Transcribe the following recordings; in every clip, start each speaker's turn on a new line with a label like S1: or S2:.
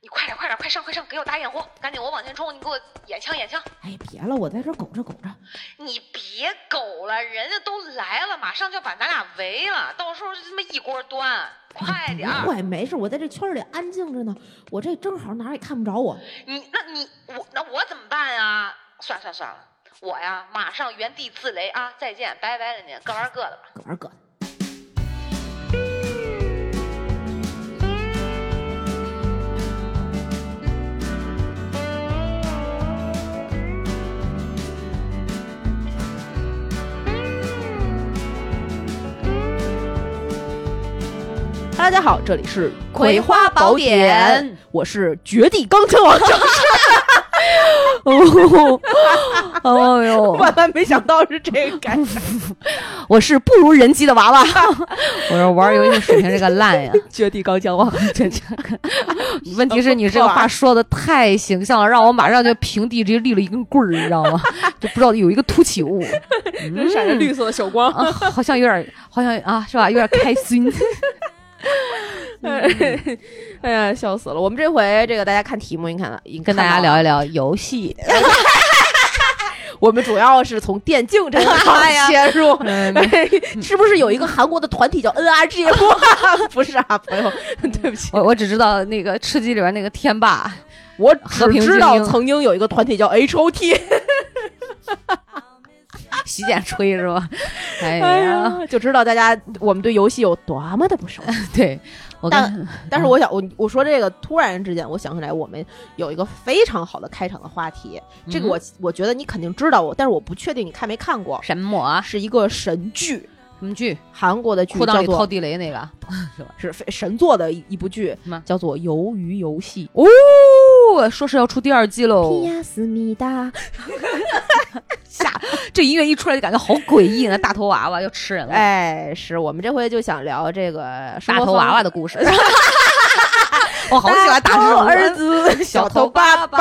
S1: 点，快上快上，给我打掩护，赶紧我往前冲，你给我掩枪掩枪。
S2: 哎，别了，我在这儿拱着拱着。
S1: 你别苟了，人家都来了，马上就要把咱俩围了，到时候就这么一锅端，快点儿！
S2: 快，没事，我在这圈里安静着呢。我这正好哪儿也看不着我。
S1: 你那你我那我怎么办啊？算了算了算了，我呀马上原地自雷啊！再见，拜拜了您，各玩各的吧。
S2: 各玩各的。大家好，这里是《
S3: 葵花宝典》，
S2: 我是绝地钢琴王郑世。哦，
S3: 哦呦，
S2: 万万没想到是这个感觉，
S3: 我是不如人机的娃娃。 我说玩游戏水平这个烂呀，
S2: 绝地钢琴王。
S3: 这这。 问题是你这个话说的太形象了，让我马上就平地直接立了一根棍儿，你知道 吗？就不知道有一个凸起 物，
S2: 这闪着绿色的小光。
S3: 啊，好像有点，好像啊，是吧？有点开 心。
S2: 哎呀，笑死了！我们这回这个大家看题目，你看了，已经
S3: 跟大家，聊一聊游戏，
S2: 我们主要是从电竞这个
S3: 哎呀
S2: 切入。哎
S3: 嗯
S2: 是不是有一个韩国的团体叫 NRG？不是啊，朋友，
S3: 嗯
S2: 对不起，
S3: 我我只知道那个吃鸡里边那个天 霸，
S2: 我
S3: 和平
S2: 只知
S3: 精
S2: 道
S3: 英
S2: 曾经有一个团体叫 HOT，
S3: 洗剪吹是吧？哎呀，
S2: 哎呀，就知道大家我们对游戏有多么的不熟。
S3: 对我跟
S2: 但是我想，我我说这个，突然之间我想起来，我们有一个非常好的开场的话题，这个
S3: 嗯
S2: 我我觉得你肯定知道我，但是我不确定你看没看 过，
S3: 什么啊
S2: 是一个神剧，
S3: 什么剧？
S2: 韩国的剧
S3: 裤裆
S2: 叫
S3: 里掏
S2: 做
S3: 地雷那个？
S2: 是非神作的一一部剧
S3: 什么，
S2: 叫做《鱿鱼游戏》。
S3: 哦，说是要出第二季喽。
S2: 亚思密达，
S3: 这音乐一出来就感觉好诡异呢，大头娃娃要吃人了。
S2: 哎，是我们这回就想聊这个
S3: 大头娃娃的故事。 我好喜欢大
S2: 头
S3: 头
S2: 儿子，小头爸爸，，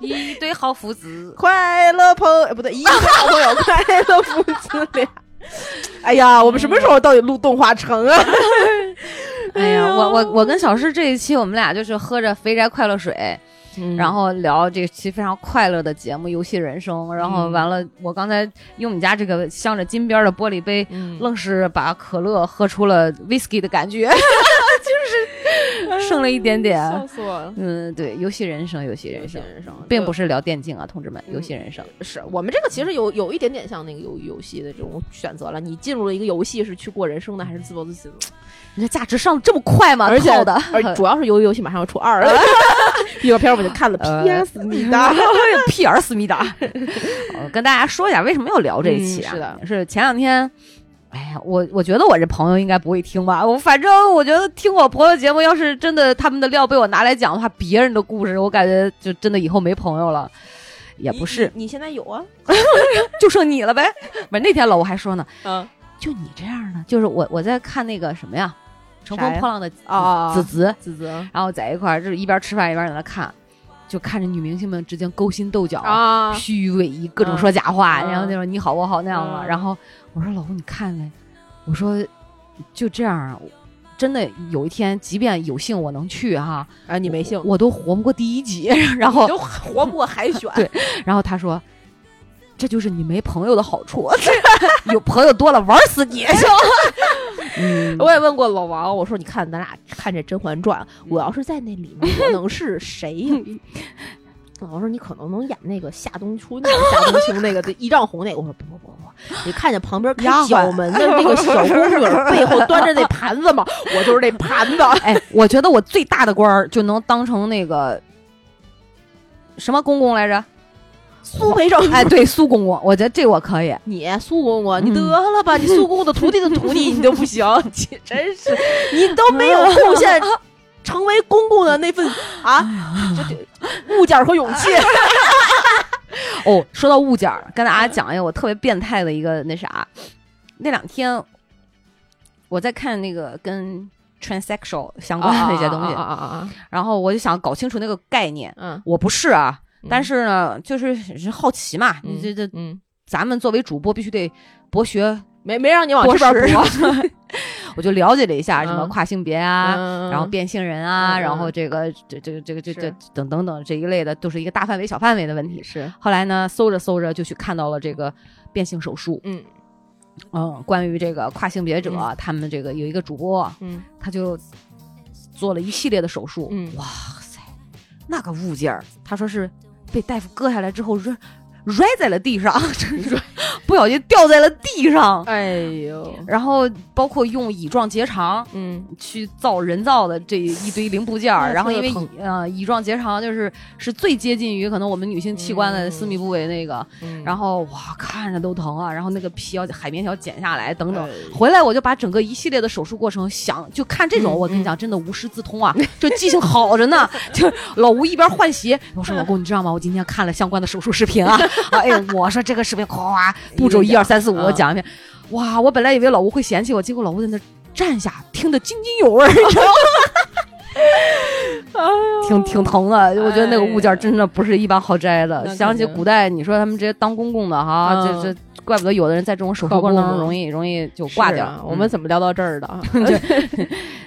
S3: 一对好父子。
S2: 快乐朋友，哎不对，一个好朋友， 快乐父子俩。哎呀，我们什么时
S3: 嗯
S2: 候到底录动画 城啊？
S3: 哎呀，我我我跟小诗这一期我们俩就是喝着肥宅快乐水，
S2: 嗯
S3: 然后聊这期非常快乐的节目《游戏人生》，然后
S2: 嗯
S3: 完了，我刚才用我们家这个镶着金边的玻璃杯，
S2: 嗯
S3: 愣是把可乐喝出了 whisky 的感觉， 就是剩了一点点。
S2: 死我了。
S3: 嗯，对，游戏人生，游戏人
S2: 人
S3: 生
S2: 生，，人生
S3: 并不
S2: 是
S3: 是聊电竞啊，同志们，
S2: 嗯
S3: 游戏人生。
S2: 是我们这个其实有有一点点像那个游游戏的这种选择了。你进入了一个游戏是去过人生的，还是自暴自弃的？
S3: 你这价值上这么快吗？
S2: 而且
S3: 套的，
S2: 而 主要是由于游戏马上要出二了，预告片我就看了
S3: 呃
S2: ，PS 你的
S3: 屁儿思密达。我跟大家说一下为什么要聊这一期啊？
S2: 嗯是的
S3: 是前两天。哎呀，我我觉得我这朋友应该不会听吧。我反正我觉得听我朋友节目，要是真的他们的料被我拿来讲的话，别人的故事，我感觉就真的以后没朋友了。 也不是，
S2: 你，你现在有啊？
S3: 就剩你了呗。不是那天老吴还说呢，
S2: 嗯
S3: 就你这样的，就是我我在看那个什么呀，《乘风
S2: 啥呀
S3: 破浪的
S2: 啊，
S3: 子子》
S2: 子子啊
S3: 然后在一块儿就是一边吃饭一边在那看，就看着女明星们之间勾心斗角，
S2: 啊
S3: 虚伪各种说假话，
S2: 嗯
S3: 然后那种你好我好那样的。
S2: 嗯
S3: 然后我说老吴你看嘞，我说就这样啊，我真的有一天，即便有幸我能去哈、
S2: 啊！你没姓，
S3: 我都活不过第一集。 然后
S2: 你都活不过海选。
S3: 对然后他说。这就是你没朋友的好处， 有朋友多了玩死你！ 嗯，
S2: 我也问过老王，我说你看咱俩看这《甄嬛传》，
S3: 嗯
S2: 我要是在那里面，我能是谁呀？ 老王说你可能能演那个夏冬初、那个夏冬青、那个一丈红那个。我说不不不不，你看见旁边开
S3: 丫鬟
S2: 角门的那个小宫 女儿 背后端着那盘子吗？我就是那盘子。
S3: 哎，我觉得我最大的官儿就能当成那个什么公公来 着？
S2: 苏培盛，
S3: 哎，对，苏公公，我觉得这我可以。
S2: 你苏公公，啊你
S3: 嗯
S2: 得了吧，你苏公公的徒弟的徒弟，你都不行，你真是，你都没有贡献 成为公公的那份啊，这这物件儿和勇气。
S3: 哦，说到物件儿，跟大家讲一下我特别变态的一个那啥。那两天我在看那个跟 transsexual 相关的那些东西，
S2: 啊啊啊！
S3: 然后我就想搞清楚那个概念。
S2: 嗯，
S3: 我不是啊，但
S2: 是
S3: 是呢，就是是好奇嘛。你这这，
S2: 嗯，啊
S3: 咱们作为主播必须得博学
S2: 没没让你往
S3: 博
S2: 这边啊
S3: 识
S2: 补。
S3: 我就了解了一下什么
S2: 嗯
S3: 跨性别啊，
S2: 嗯
S3: 然后变性人啊，
S2: 嗯嗯
S3: 然后这个这这个这个这这
S2: 是
S3: 等等等这一类的，都是一个大范围、小范围的问题。
S2: 是，
S3: 后来呢，搜着搜着就去看到了这个变性手术，
S2: 嗯
S3: 嗯，关于这个跨性别者，
S2: 嗯
S3: 他们这个有一个主播，
S2: 嗯
S3: 他就做了一系列的手术，
S2: 嗯
S3: 哇塞，那个物件儿，他说是被大夫割下来之后摔摔在了地上，真是 不小心掉在了地上，
S2: 哎呦，
S3: 然后包括用乙状结肠，
S2: 嗯
S3: 去造人造的这一堆零部件儿，
S2: 那
S3: 然后因
S2: 这个
S3: 为
S2: 疼
S3: 乙呃乙状结肠就是是最接近于可能我们女性器官的
S2: 嗯
S3: 私密部位那个，
S2: 嗯
S3: 然后哇看着都疼啊，然后那个皮要海绵条剪下来等等。
S2: 哎
S3: 回来我就把整个一系列的手术过程想就看这种，
S2: 嗯
S3: 我跟你讲，真的无师自 通啊，就记性好着呢。就是老吴一边换鞋，我说老公，你知道吗？我今天看了相关的手术视频啊，啊哎呦，我说这个视频哗哗步骤一二三四五，我讲一遍。哇，我本来以为老吴会嫌弃我，结果老吴在那站下，听得津津有味儿，你知道吗？ 哎挺挺疼的，我觉得那个物件真的不是一般好摘
S2: 那
S3: 的。
S2: 肯
S3: 想起
S2: 定
S3: 古代，你说他们直接当公共的哈，
S2: 嗯
S3: 这这怪不得有的人在这种手术
S2: 靠
S3: 过程
S2: 不
S3: 当中
S2: 住
S3: 容易容易就挂
S2: 是
S3: 掉。
S2: 啊
S3: 嗯
S2: 我们怎么聊到 这儿的啊？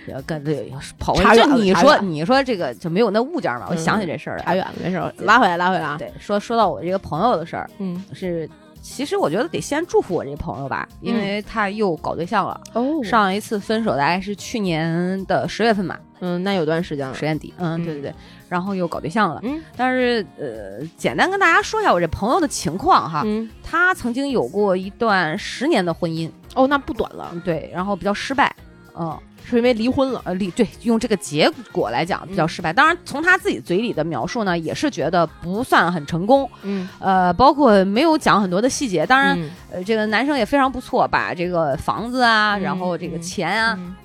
S3: 呃跟这跑
S2: 差
S3: 回去，
S2: 嗯远了
S3: 你
S2: 差
S3: 说
S2: 远
S3: 你说这个就没有那物件嘛？我
S2: 嗯
S3: 想起这事儿
S2: 差
S3: 来。
S2: 远了，没事儿，拉回来，拉回来啊。
S3: 对，说说到我这个朋友的事儿，
S2: 嗯，
S3: 是其实我觉得得先祝福我这朋友吧，
S2: 嗯
S3: 因为他又搞对象了。
S2: 哦上，
S3: 上一次分手大概是去年的十月份嘛，
S2: 嗯，那有段时间了
S3: 十，月底。嗯，
S2: 嗯
S3: 对对对，然后又搞对象了。
S2: 嗯
S3: 但是呃，简单跟大家说一下我这朋友的情况哈，
S2: 嗯，
S3: 他曾经有过一段十年的婚姻，
S2: 哦，那不短了，
S3: 嗯对，然后比较失败。嗯，
S2: 是因为离婚了，
S3: 呃，离对，用这个结果来讲
S2: 嗯
S3: 比较失败。当然，从他自己嘴里的描述呢，也是觉得不算很成功。
S2: 嗯，
S3: 呃，包括没有讲很多的细节。当
S2: 当
S3: 然，
S2: 然
S3: 呃，这个男生也非常不错，把这个房子啊，然后这个
S2: 嗯
S3: 钱啊、
S2: 嗯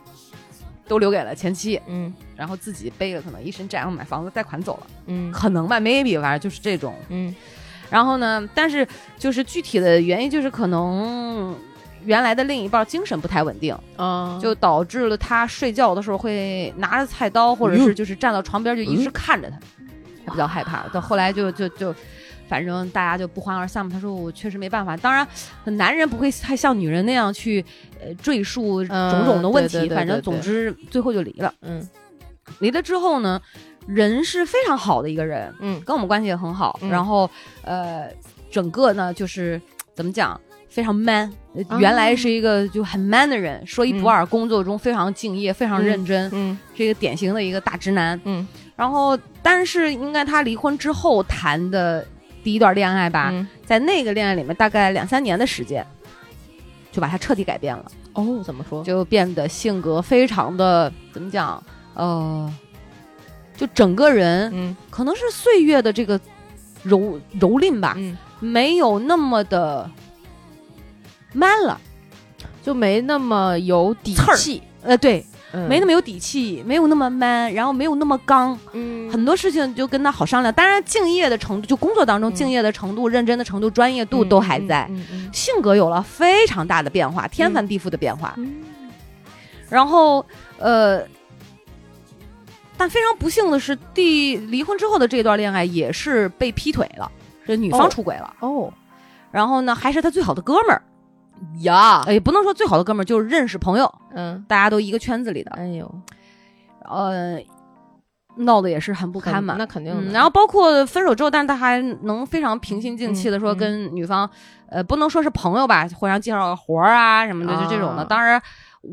S3: 都留给了前妻，
S2: 嗯
S3: 然后自己背了可能一身债，然后买房子贷款走了，
S2: 嗯
S3: 可能吧，maybe 反正就是这种。
S2: 嗯
S3: 然后呢，但是就是具体的原因就是可能。原来的另一半精神不太稳定，
S2: 啊，
S3: 就导致了他睡觉的时候会拿着菜
S2: 哎
S3: 刀，或者是就是站到床边就一直看着他，他比较害怕。到后来就就就，反正大家就不欢而散嘛。他说我确实没办法，当然男人不会太像女人那样去呃赘述
S2: 嗯
S3: 种种的问题，
S2: 对对对
S3: 反正
S2: 对对
S3: 总之最后就离了。
S2: 嗯
S3: 离了之后呢，人是非常好的一个人，
S2: 嗯
S3: 跟我们关系也很好，
S2: 嗯
S3: 然后呃，整个呢就是怎么讲，非常 man 呃。
S2: 啊
S3: 原来是一个就很 man 的人，说一不二，工作中非常敬业，非常认真，
S2: 嗯
S3: 是一个典型的一个大直男。
S2: 嗯
S3: 然后，但是应该他离婚之后谈的第一段恋爱吧，
S2: 嗯
S3: 在那个恋爱里面大概两三年的时间，就把他彻底改变了，
S2: 哦，怎么说？
S3: 就变得性格非常的怎么讲，呃，就整个人
S2: 嗯
S3: 可能是岁月的这个蹂蹂躏吧，
S2: 嗯，
S3: 没有那么的 man 了。
S2: 就没那么有底
S3: 刺儿
S2: 气，嗯
S3: 呃，对，没那
S2: 么
S3: 么有底气，没有那么 man，然后没有那么刚，
S2: 嗯
S3: 很多事情就跟他好商量。当然，敬业的程度，就工作当中
S2: 嗯
S3: 敬业的程度、认真的程度、专业度都还在，
S2: 嗯嗯
S3: 性格有了非常大的变化，天翻地覆的变化。
S2: 嗯
S3: 然后，呃，但非常不幸的是，第离婚之后的这段恋爱也是被劈腿了，是女方
S2: 哦
S3: 出轨了。
S2: 哦
S3: 然后呢，还是他最好的哥们儿，
S2: 呀，
S3: 呃也不能说最好的哥们儿，就是认识朋友，
S2: 嗯，
S3: 大家都一个圈子里的，
S2: 哎呦，
S3: 呃，闹得也是很不
S2: 不
S3: 堪嘛。
S2: 那肯定
S3: 嗯，
S2: 的，
S3: 然后包括分手之后，但是他还能非常平心静气的说
S2: 嗯嗯
S3: 跟女方，呃，不能说是朋友吧，互相介绍个活儿啊什么的，就这种的。
S2: 啊
S3: 当然，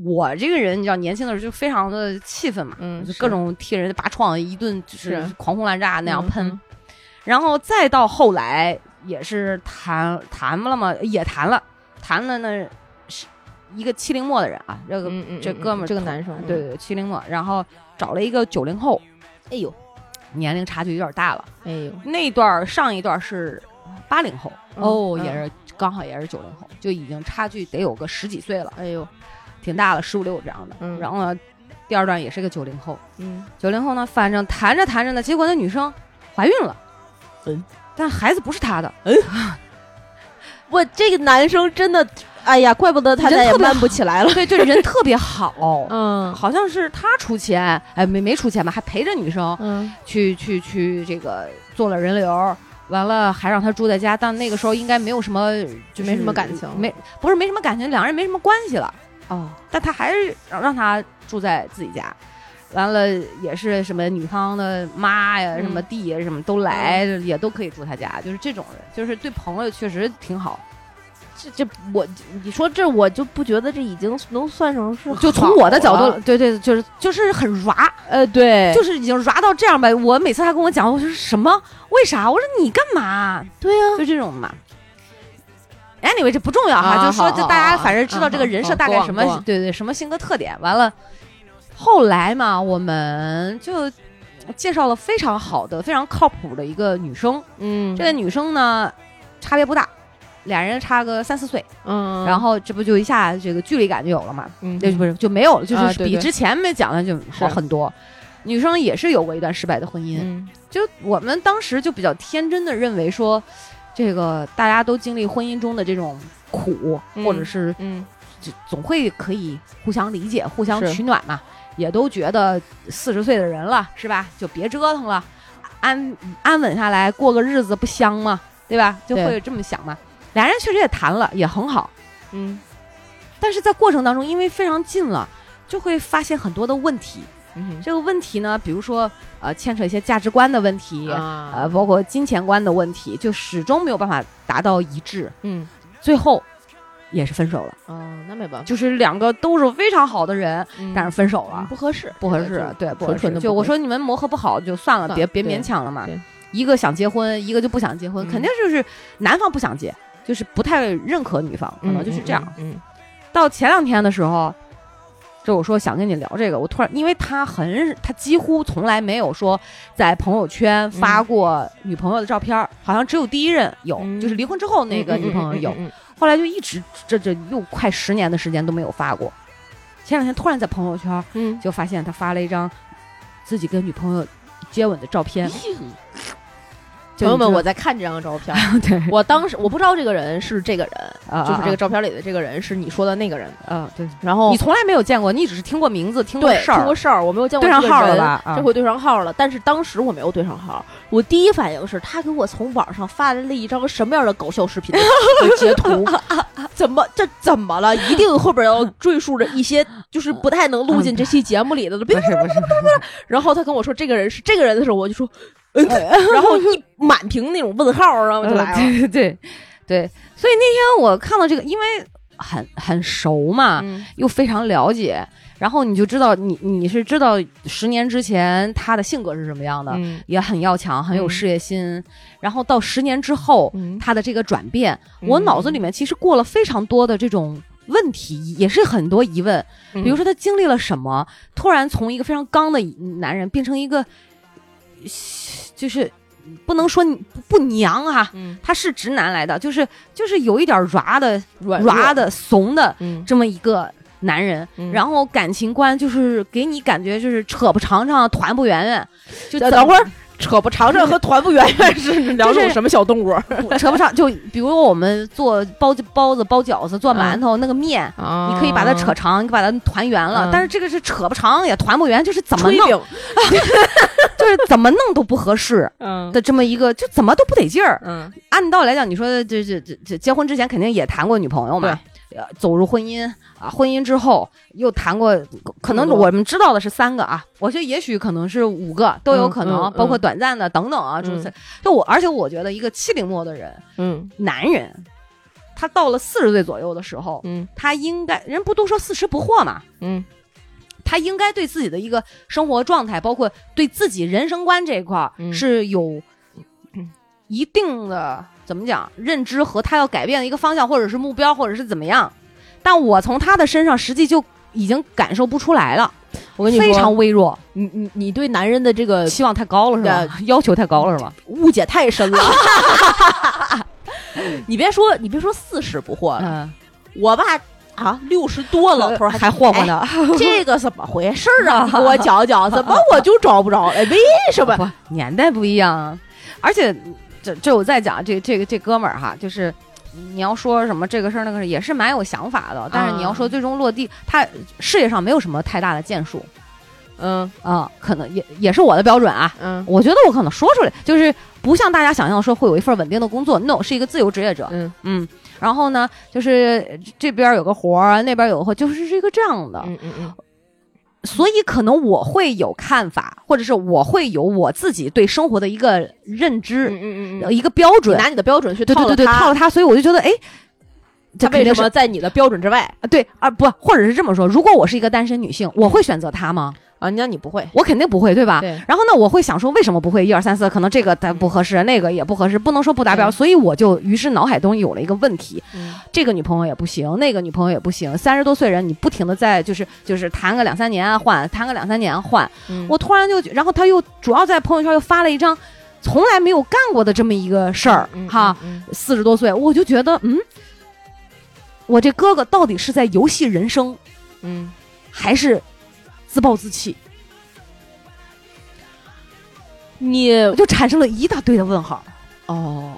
S3: 我这个人你知道，年轻的时候就非常的气愤嘛，
S2: 嗯
S3: 就
S2: 各
S3: 各
S2: 种
S3: 种替人家拔创，一顿就是
S2: 是
S3: 狂轰滥炸那样
S2: 嗯
S3: 喷。
S2: 嗯
S3: 然后再到后来也是谈谈了嘛，也谈了，谈了呢是一个七零末的人啊，这个、
S2: 嗯嗯
S3: 这
S2: 嗯
S3: 哥们儿
S2: 这个男生，
S3: 对对对七零末，然后找了一个九零后，
S2: 哎呦
S3: 年龄差距有点大了。
S2: 哎呦，
S3: 那段儿上一段是八零后，
S2: 嗯
S3: 哦，
S2: 嗯
S3: 也是刚好也是九零后，就已经差距得有个十几岁了，
S2: 哎呦，
S3: 挺大了，十五六这样的。
S2: 嗯
S3: 然后呢，第二段也是个九零后，
S2: 嗯
S3: 九零后呢，反正谈着谈着呢，结果那女生怀孕了，
S2: 嗯，
S3: 但孩子不是她的，
S2: 我这个男生真的，哎呀，怪不得他
S3: 人
S2: 再也
S3: 特别
S2: 搬不起来了。
S3: 对，就人特别好，
S2: 嗯
S3: 好像是他出钱，哎，没没出钱吧，还陪着女生
S2: 嗯
S3: 去去去这个做了人流。完了，还让他住在家，但那个时候应该没有什么，就是
S2: 没什么感情
S3: 没不是没什么感情，两人没什么关系了。
S2: 哦，
S3: 但他还是让让他住在自己家。完了也是什么女方的妈呀，
S2: 嗯
S3: 什么弟呀，什么都来，也都可以住他家，就是这种人，就是对朋友确实挺好。
S2: 这这我你说这我就不觉得这已经能算上是
S3: 就从我的角
S2: 好
S3: 度
S2: 了，，
S3: 对对，就是就是很软，
S2: 呃，对，
S3: 就是已经软到这样呗。我每次他跟我讲，我说什么？为啥？我说你干嘛？
S2: 对啊呀、
S3: 就这种嘛。Anyway，这不重要
S2: 啊
S3: 哈，就
S2: 好
S3: 说就
S2: 好
S3: 大家
S2: 好
S3: 反正知道这个
S2: 嗯
S3: 人
S2: 好
S3: 设大
S2: 过
S3: 概
S2: 往
S3: 什么
S2: 过往，
S3: 对对，什么性格特点。完了，后来嘛，我们就介绍了非常好的、非常靠谱的一个女生。
S2: 嗯，
S3: 这个女生呢，差别不大，俩人差个三四岁，
S2: 嗯，
S3: 然后这不就一下这个距离感就有了嘛。
S2: 嗯
S3: 那不是就没有了，就
S2: 啊
S3: 是
S2: 对
S3: 比
S2: 对
S3: 之前没讲的就好
S2: 是
S3: 很多。女生也是有过一段失败的婚姻，
S2: 嗯
S3: 就我们当时就比较天真的认为说，这个大家都经历婚姻中的这种苦，
S2: 嗯
S3: 或者是
S2: 嗯
S3: 就总会可以互相理解、互相
S2: 是
S3: 取暖嘛，也都觉得四十岁的人了，是吧？就别折腾了，安安稳下来过个日子不香吗？对吧？就
S2: 对
S3: 会这么想嘛。俩人确实也谈了，也很好，
S2: 嗯
S3: 但是在过程当中，因为非常近了，就会发现很多的问题。
S2: 嗯
S3: 这个问题呢，比如说呃，牵扯一些价值观的问题，呃，
S2: 啊
S3: 包括金钱观的问题，就始终没有办法达到一致，
S2: 嗯
S3: 最后也是分手了。
S2: 哦，那没办法，
S3: 就是两个都是非常好的人，嗯但是分手了，
S2: 嗯不合适，
S3: 不合
S2: 这
S3: 适
S2: 个，
S3: 对，不合
S2: 纯纯
S3: 适。啊
S2: 的
S3: 就
S2: 不
S3: 我
S2: 合适
S3: 说你们磨合不好就算了，
S2: 算
S3: 别
S2: 了
S3: 别
S2: 对
S3: 勉强了嘛
S2: 对。
S3: 一个想结婚，一个就不想结婚，
S2: 嗯
S3: 肯定就是男方不想结，就是不太认可女方，可能就是这样。，
S2: 嗯
S3: 到前两天的时候，就我说想跟你聊这个，我突然因为他很他几乎从来没有说在朋友
S2: 嗯
S3: 圈发过女朋友的照片儿，好像只有第一任有，
S2: 嗯
S3: 就是离婚之后那个女朋友有，后来就一直这这又快十年的时间都没有发过。前两天突然在朋友圈
S2: 嗯，
S3: 就发现他发了一张自己跟女朋友接吻的照 片，
S2: 朋友们，我
S3: 在
S2: 在看这张 照片，
S3: 对，
S2: 我当时我不知道这个人是这个人，
S3: 啊
S2: 就是这个
S3: 啊
S2: 照片里的这个人是你说的那个人，
S3: 啊对，
S2: 然后
S3: 你从来没有见过，你只是听过名字，听过
S2: 对
S3: 事
S2: 听
S3: 儿
S2: 过，事儿，我没有见过
S3: 对上
S2: 这个
S3: 号了
S2: 人
S3: 吧？啊
S2: 这回对上号了，但是当时我没有对上号，我第一反应是他给我从网上发来了一张什么样的搞笑视频的 的截图，
S3: 啊
S2: 怎么这怎么了？一定后 边要赘述着一些就是不太能录进这期节目里的了。别
S3: 不是不是不是。
S2: 然后他跟我说这个人是这个人的时候，我就说，嗯，
S3: 哎
S2: 然后一满屏那种问号，然后我就来了。
S3: 呃对对 对对，所以那天我看到这个，因为很很熟嘛，
S2: 嗯
S3: 又非常了解，然后你就知道你你是知道十年之前他的性格是什么样的，
S2: 嗯
S3: 也很要强，很有
S2: 嗯
S3: 事业心，然后到十年之后、
S2: 嗯
S3: 他的这个转变，我
S2: 嗯
S3: 脑子里面其实过了非常多的这种。问题也是很多疑问，
S2: 嗯
S3: 比如说他经历了什么，突然从一个非常刚的男人变成一个，就是不能说不不娘啊，
S2: 嗯
S3: 他是直男来的，就是就是有一点软的、
S2: 软
S3: 软，嗯的、怂的
S2: 嗯，
S3: 这么一个男人，然
S2: 后
S3: 后感情观就是给你感觉就是扯不长长、团不圆圆，就
S2: 等
S3: 怎么
S2: 会儿。扯不长长和团不圆圆是 两
S3: 就
S2: 种
S3: 是
S2: 什么小动物
S3: 不扯不长。就比如我们做包包子、包饺子、做馒头、那个面。
S2: 啊
S3: 你可以把它扯长，你可以把它团圆了，
S2: 嗯
S3: 但是这个是扯不长也团不圆，就是怎么
S2: 吹
S3: 弄，
S2: 饼，
S3: 就是怎么弄都不合适
S2: 嗯
S3: 的这么一个，就怎么都不得劲儿。
S2: 嗯
S3: 按道理来讲，你说这这这这结婚之前肯定也谈过女朋友嘛，呃，走入婚姻啊，婚姻之后又谈过，可能
S2: 这么多
S3: 我们知道的是三个啊，我觉得也许可能是五个都有可能，
S2: 嗯嗯嗯
S3: 包括短暂的等等啊，
S2: 嗯
S3: 诸此。就我，而且我觉得一个七零末的人，
S2: 嗯
S3: 男人，他到了四十岁左右的时候，
S2: 嗯
S3: 他应该人不都说四十不惑嘛，
S2: 嗯
S3: 他应该对自己的一个生活状态，包括对自己人生观这一块儿
S2: 嗯
S3: 是有一定的怎么讲认知和他要改变的一个方向，或者是目标，或者是怎么样。但我从他的身上实际就已经感受不出来了，
S2: 我跟你说，
S3: 非常微弱，
S2: 你你你对男人的这个
S3: 期望太高了是吧？ 要求太高了是吧？
S2: 误解太深了。 你别说，你别说四十不惑了，
S3: 嗯，
S2: 我爸啊六十多了，头儿
S3: 还霍霍呢，
S2: 这个怎么回事儿 啊？你给我讲讲，怎么我就找不着了？哎为什么？
S3: 不，年代不一样啊。而且这这我再讲这这个这哥们儿哈，就是你要说什么这个事儿那个事儿，也是蛮有想法的。但是你要说最终落地，他事业上没有什么太大的建树，
S2: 嗯
S3: 啊、可能也也是我的标准啊。
S2: 嗯
S3: 我觉得我可能说出来，就是不像大家想象说会有一份稳定的工作，no，是一个自由职业者，
S2: 嗯
S3: 嗯。然后呢，就是这边有个活儿，啊那边有个活儿，就是是一个这样的。
S2: 嗯嗯
S3: 所以可能我会有看法，或者是我会有我自己对生活的一个认知，
S2: 嗯
S3: 呃一个标
S2: 你
S3: 准。
S2: 拿你的标准去
S3: 对对
S2: 套
S3: 对对，
S2: 它
S3: 套了它，所以我就觉得，哎，这
S2: 他为
S3: 肯定
S2: 什
S3: 是
S2: 么在你的标准之外
S3: 啊对啊不，或者是这么说，如果我是一个单身女性，我会选择他吗？
S2: 啊？那你不会，
S3: 我肯定不会，对吧？
S2: 对
S3: 然后呢，我会想说，为什么不会？一二三四，可能这个咱不合适，那个也不合适，不能说不达标，
S2: 嗯
S3: 所以我就于是脑海中有了一个问题：
S2: 嗯
S3: 这个女朋友也不行，那个女朋友也不行。三十多岁人，你不停的在就是就是谈个两三年啊换，谈个两三年啊换。
S2: 嗯
S3: 我突然就，然后他又主要在朋友圈又发了一张从来没有干过的这么一个事儿，哈，，
S2: 嗯
S3: 四十多岁，我就觉得，嗯，我这哥哥到底是在游戏人生，
S2: 嗯
S3: 还是自暴自弃？
S2: 你
S3: 我就产生了一大堆的问号。
S2: 哦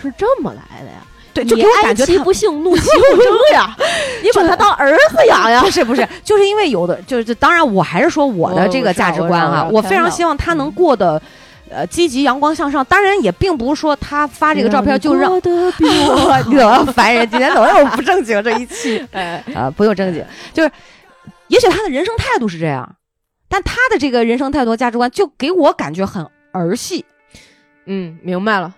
S2: 是这么来的呀？
S3: 对，就
S2: 你
S3: 给我
S2: 爱
S3: 感觉
S2: 其
S3: 他
S2: 不幸，怒其不 争呀！你把他当儿子养呀
S3: 不？是不是，就是因为有的，就是当然，我还是说我的
S2: 我
S3: 这
S2: 哦我
S3: 个
S2: 知道
S3: 价值
S2: 我知
S3: 观
S2: 道
S3: 啊，
S2: 我
S3: 我
S2: 看
S3: 非
S2: 到
S3: 常希望他能
S2: 嗯
S3: 过得，呃，积极、阳光向上。当然，也并不是说他发这个照片就让。
S2: 的比
S3: 我你怎么烦人？今天怎么又不正经这一期
S2: 哎，
S3: 啊？不用正经，就是，也许他的人生态度是这样，但他的这个人生态度、价值观就给我感觉很儿戏
S2: 嗯，明白了。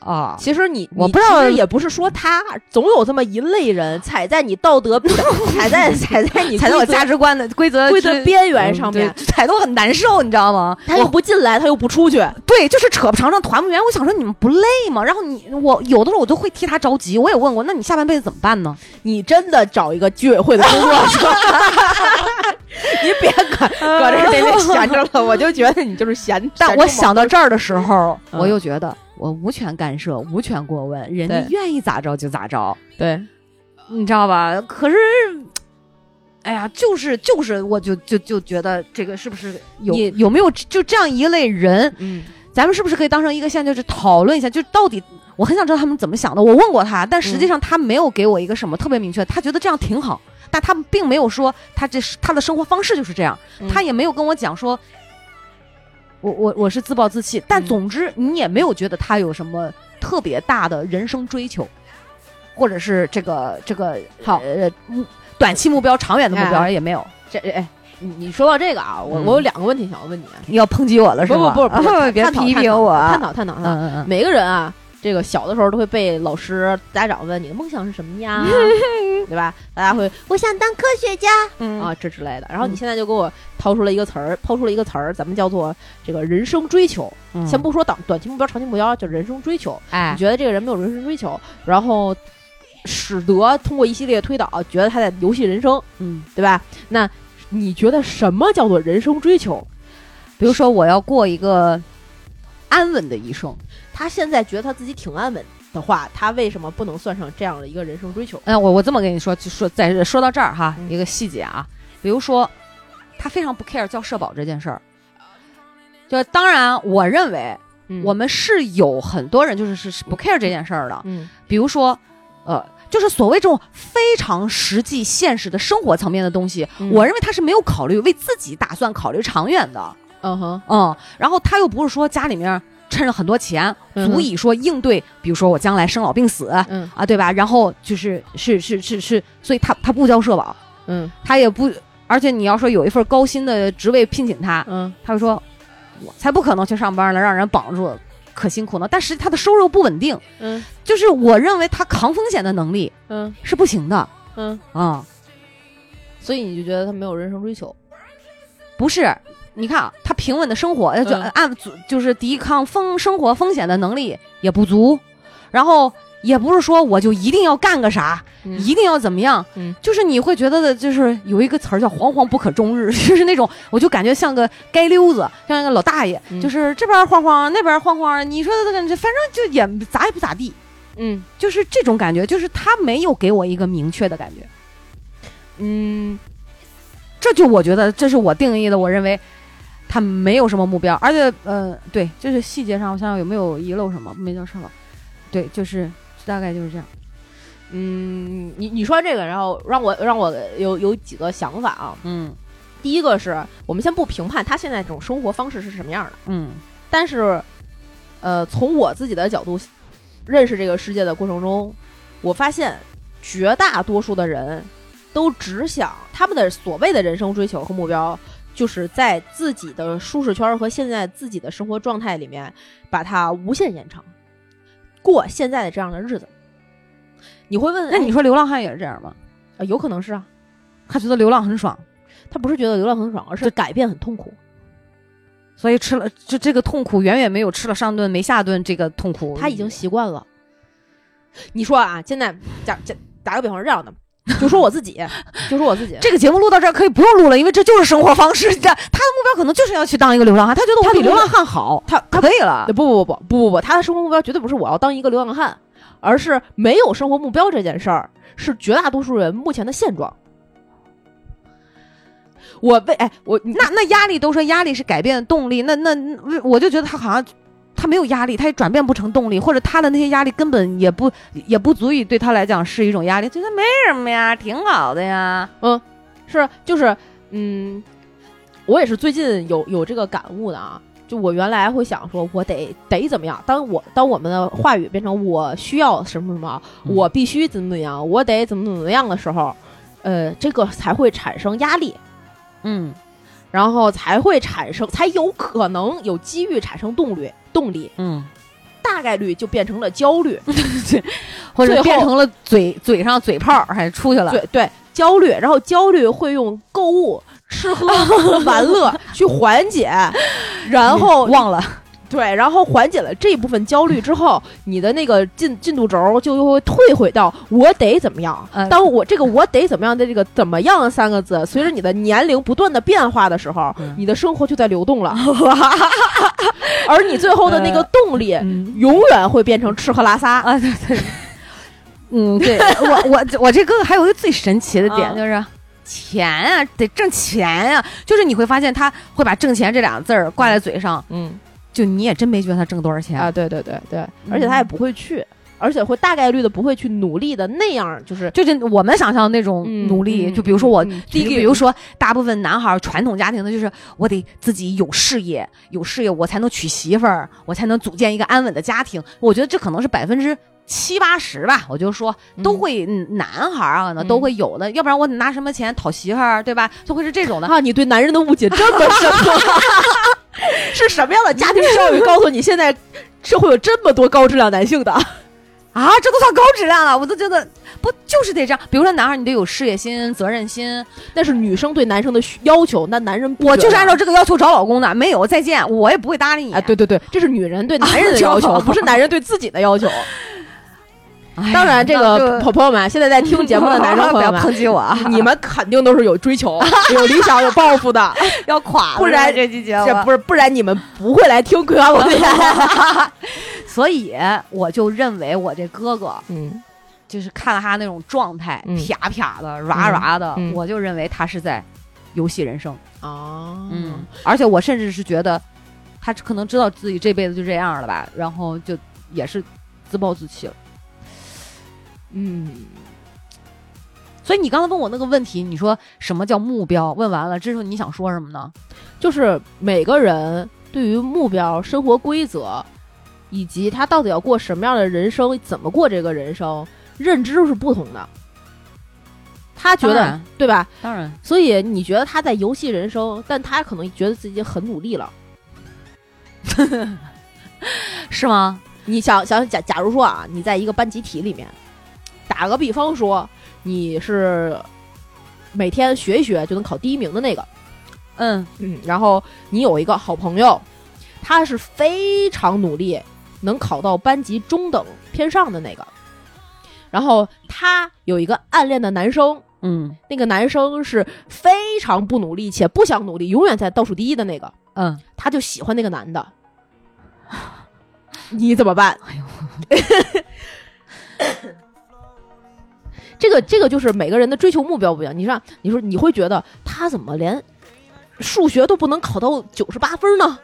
S3: 啊。
S2: 其实你
S3: 我
S2: 你
S3: 不知道
S2: 其实也不是说他，总有这么一类人踩在你道德，踩在 踩在你
S3: 踩到我
S2: 规则
S3: 价值观的规则
S2: 规则
S3: 之
S2: 边缘上
S3: 嗯对
S2: 面
S3: 踩到我很难受，你知道吗？
S2: 他又不进来，他又不出去，
S3: 对，就是扯不长长团不圆。我想说你们不累吗？然后你我有的时候我就会替他着急，我也问过，那你下半辈子怎么办呢？
S2: 你真的找一个居委会的工作说， 你别搁搁这儿那那闲着了，我就觉得你就是闲。
S3: 但我想到这儿的时候，
S2: 嗯
S3: 我又觉得我无权干涉，无权过问，人家
S2: 对
S3: 愿意咋着就咋着，
S2: 对，
S3: 你知道吧？可是。哎呀，就是就是，我就就就觉得这个是不是有
S2: 你
S3: 有没有就这样一类人，
S2: 嗯
S3: 咱们是不是可以当成一个现在就是讨论一下，就是到底我很想知道他们怎么想的。我问过他，但实际上他没有给我一个什么特别明确，他觉得这样挺好，但他并没有说他这是他的生活方式就是这样，
S2: 嗯
S3: 他也没有跟我讲说，我我我是自暴自弃。但
S2: 嗯
S3: 总之你也没有觉得他有什么特别大的人生追求，或者是这个这个
S2: 好
S3: 呃目短期目标、长远的目标
S2: 哎
S3: 也没有。
S2: 这哎，你你说到这个啊，我
S3: 嗯
S2: 我有两个问题想要问你，
S3: 你要抨击我了是
S2: 不
S3: 吗？
S2: 不不不不
S3: 别
S2: 探讨
S3: 批
S2: 探
S3: 评
S2: 讨
S3: 我啊。
S2: 探讨探讨探
S3: 嗯
S2: 讨。
S3: 嗯嗯。
S2: 每个人啊，这个小的时候都会被老师、家长问你的梦想是什么呀， 对吧？大家会 我想当科学家
S3: 嗯
S2: 啊，这之类的。然后
S3: 嗯
S2: 你现在就给我掏出了一个词儿，抛出了一个词儿，咱们叫做这个人生追求。
S3: 嗯
S2: 先不说短短期目标、长期目标，就人生追求。
S3: 哎
S2: 你，觉得这个人没有人生追求，然后使得通过一系列推导，觉得他在游戏人生，
S3: 嗯，
S2: 对吧？那你觉得什么叫做人生追求？
S3: 比如说我要过一个安稳的一生，
S2: 他现在觉得他自己挺安稳的话，他为什么不能算上这样的一个人生追求？
S3: 哎，我我这么跟你说，就说在这说到这儿哈，
S2: 嗯
S3: 一个细节啊，比如说他非常不 care 交社保这件事儿，就当然我认为我
S2: 我
S3: 们是有很多人就是是是不 care 这件事儿的，
S2: 嗯
S3: 比如说呃。就是所谓这种非常实际、现实的生活层面的东西，
S2: 嗯
S3: 我认为他是没有考虑为自己打算考虑长远的。
S2: 嗯哼，
S3: 嗯，然后他又不是说家里面趁着很多钱，
S2: 嗯哼
S3: 足以说应对，比如说我将来生老病死
S2: 嗯
S3: 啊，对吧？然后就是是是是是，所以他他不交社保，
S2: 嗯
S3: 他也不，而且你要说有一份高薪的职位聘请他，
S2: 嗯
S3: 他就说，我才不可能去上班呢，让人绑住，可辛苦呢。但实际他的收入不稳定，
S2: 嗯
S3: 就是我认为他扛风险的能力
S2: 嗯
S3: 是不行的啊、
S2: 嗯，
S3: 嗯
S2: 所以你就觉得他没有人生追求？
S3: 不是，你看啊，他平稳的生活，呃就
S2: 嗯
S3: 按足就是抵抗风生活风险的能力也不足，然后也不是说我就一定要干个啥，
S2: 嗯
S3: 一定要怎么样，
S2: 嗯
S3: 就是你会觉得的，就是有一个词儿叫“惶惶不可终日”， 就是那种我就感觉像个街溜子，像一个老大爷，
S2: 嗯
S3: 就是这边晃晃，那边晃晃，你说的这个反正就也咋也不咋地，
S2: 嗯
S3: 就是这种感觉，就是他没有给我一个明确的感觉。
S2: 嗯
S3: 这就我觉得这是我定义的，我认为他没有什么目标，而且呃，对，就是细节上我想想有没有遗漏什么，没叫什么，对，就是大概就是这样。
S2: 嗯，你你说这个，然后让我让我有有几个想法啊。
S3: 嗯
S2: 第一个是我们先不评判他现在这种生活方式是什么样的，
S3: 嗯
S2: 但是，呃，从我自己的角度认识这个世界的过程中，我发现绝大多数的人都只想他们的所谓的人生追求和目标，就是在自己的舒适圈和现在自己的生活状态里面，把它无限延长，过现在的这样的日子。你会问，
S3: 那你
S2: 哎
S3: 说流浪汉也是这样吗？
S2: 呃有可能是啊，
S3: 他觉得流浪很爽，
S2: 他不是觉得流浪很爽，而是改变很痛苦。
S3: 所以吃了这这个痛苦远远没有吃了上顿没下顿这个痛苦。
S2: 他已经习惯了。你说啊，现在假假打个比方是这样的，就说我自己， 就说我自己，
S3: 这个节目录到这儿可以不用录了，因为这就是生活方式。这他的目标可能就是要去当一个流浪汉，他觉得
S2: 他
S3: 我
S2: 的
S3: 比流浪汉好，他可以了
S2: 呃。不不不不不不，他的生活目标绝对不是我要当一个流浪汉，而是没有生活目标这件事儿是绝大多数人目前的现状。我为哎，我你
S3: 那那压力都说压力是改变的动力，那那那我就觉得他好像他没有压力，他也转变不成动力，或者他的那些压力根本也不也不足以对他来讲是一种压力，觉得没什么呀，挺好的呀。
S2: 是就是嗯，我也是最近有有这个感悟的啊。就我原来会想说，我得得怎么样？当我当我们的话语变成我需要什么什么，
S3: 嗯
S2: 我必须怎么怎么样，我得怎么怎么样的时候，呃，这个才会产生压力，
S3: 嗯，
S2: 然后才会产生，才有可能有机遇产生动力，动力
S3: 嗯，
S2: 大概率就变成了焦虑，
S3: 或者
S2: 最后
S3: 变成了嘴嘴上嘴炮儿，还出去了。
S2: 对对，焦虑，然后焦虑会用购物、吃喝和玩乐去缓解，然后
S3: 嗯忘了，
S2: 对，然后缓解了这部分焦虑之后，你的那个进进度轴就又会退回到我得怎么样
S3: 呃。
S2: 当我这个我得怎么样的这个怎么样三个字，随着你的年龄不断的变化的时候
S3: 嗯，
S2: 你的生活就在流动 了， 而你最后的那个动力
S3: 嗯
S2: 永远会变成吃喝拉撒。
S3: 啊，对 对，嗯， 对我我我这哥哥还有一个最神奇的点、
S2: 嗯
S3: 就是。钱啊，得挣钱啊！就是你会发现他会把“挣钱”这俩字儿挂在嘴上，
S2: 嗯
S3: 就你也真没觉得他挣多少钱
S2: 啊，对对对对，
S3: 嗯
S2: 而且他也不会去，而且会大概率的不会去努力的那样，就是
S3: 就是我们想象的那种
S2: 嗯
S3: 努力，
S2: 嗯
S3: 就比如说我，
S2: 嗯
S3: 第一个，比如说大部分男孩儿传统家庭的就是我得自己有事业，有事业我才能娶媳妇儿，我才能组建一个安稳的家庭。我觉得这可能是百分之。七八十吧，我就说都会，嗯男孩儿啊，可能都
S2: 嗯
S3: 会有的，要不然我拿什么钱讨媳妇儿，对吧？就会是这种 的。
S2: 啊，你对男人的误解这么深吗？ 是什么样的家庭教育告诉你现在社会有这么多高质量男性的？
S3: 啊，这都算高质量了，我都觉得不就是得这样。比如说男孩儿，你得有事业心、责任心，
S2: 那是女生对男生的需要求，那男人不
S3: 我就是
S2: 觉得
S3: 按照这个要求找老公的，没有再见，我也不会搭理你。
S2: 啊，对对对，这是女人对男人的 要求，不是男人对自己的要求。
S3: 哎呀，
S2: 当然，这
S3: 那
S2: 个朋朋友们，啊现在在听节目的男生
S3: 不
S2: 朋
S3: 要
S2: 友
S3: 抨
S2: 们，
S3: 击我 啊，
S2: 你们肯定都是有追求、有理想、有抱 负的，
S3: 要垮了，
S2: 不然
S3: 这期节目
S2: 这 不是不然你们不会来听葵花宝 典。
S3: 所以我就认为我这哥哥
S2: 嗯，
S3: 就是看了他那种状态，
S2: 嗯
S3: 啪啪的、哇哇的，
S2: 嗯
S3: 我就认为他是在游戏人生。
S2: 哦，
S3: 嗯，而且我甚至是觉得他可能知道自己这辈子就这样了吧，然后就也是自暴自弃了。
S2: 嗯，
S3: 所以你刚才问我那个问题，你说什么叫目标？问完了，这时候你想说什么呢？
S2: 就是每个人对于目标、生活规则，以及他到底要过什么样的人生、怎么过这个人生，认知是不同的。他觉
S3: 当
S2: 得
S3: 然
S2: 对吧？
S3: 当然，
S2: 所以你觉得他在游戏人生，但他可能觉得自己很努力了。
S3: 是吗？
S2: 你想想假假如说啊，你在一个班集体里面，打个比方说，你是每天学一学就能考第一名的那个，
S3: 嗯
S2: 嗯，然后你有一个好朋友，他是非常努力，能考到班级中等偏上的那个。然后他有一个暗恋的男生，
S3: 嗯
S2: 那个男生是非常不努力且不想努力，永远在倒数第一的那个，
S3: 嗯，
S2: 他就喜欢那个男的。 你怎么办？哎呦， 这个这个就是每个人的追求目标不一样。你让你说你会觉得他怎么连数学都不能考到九十八分呢？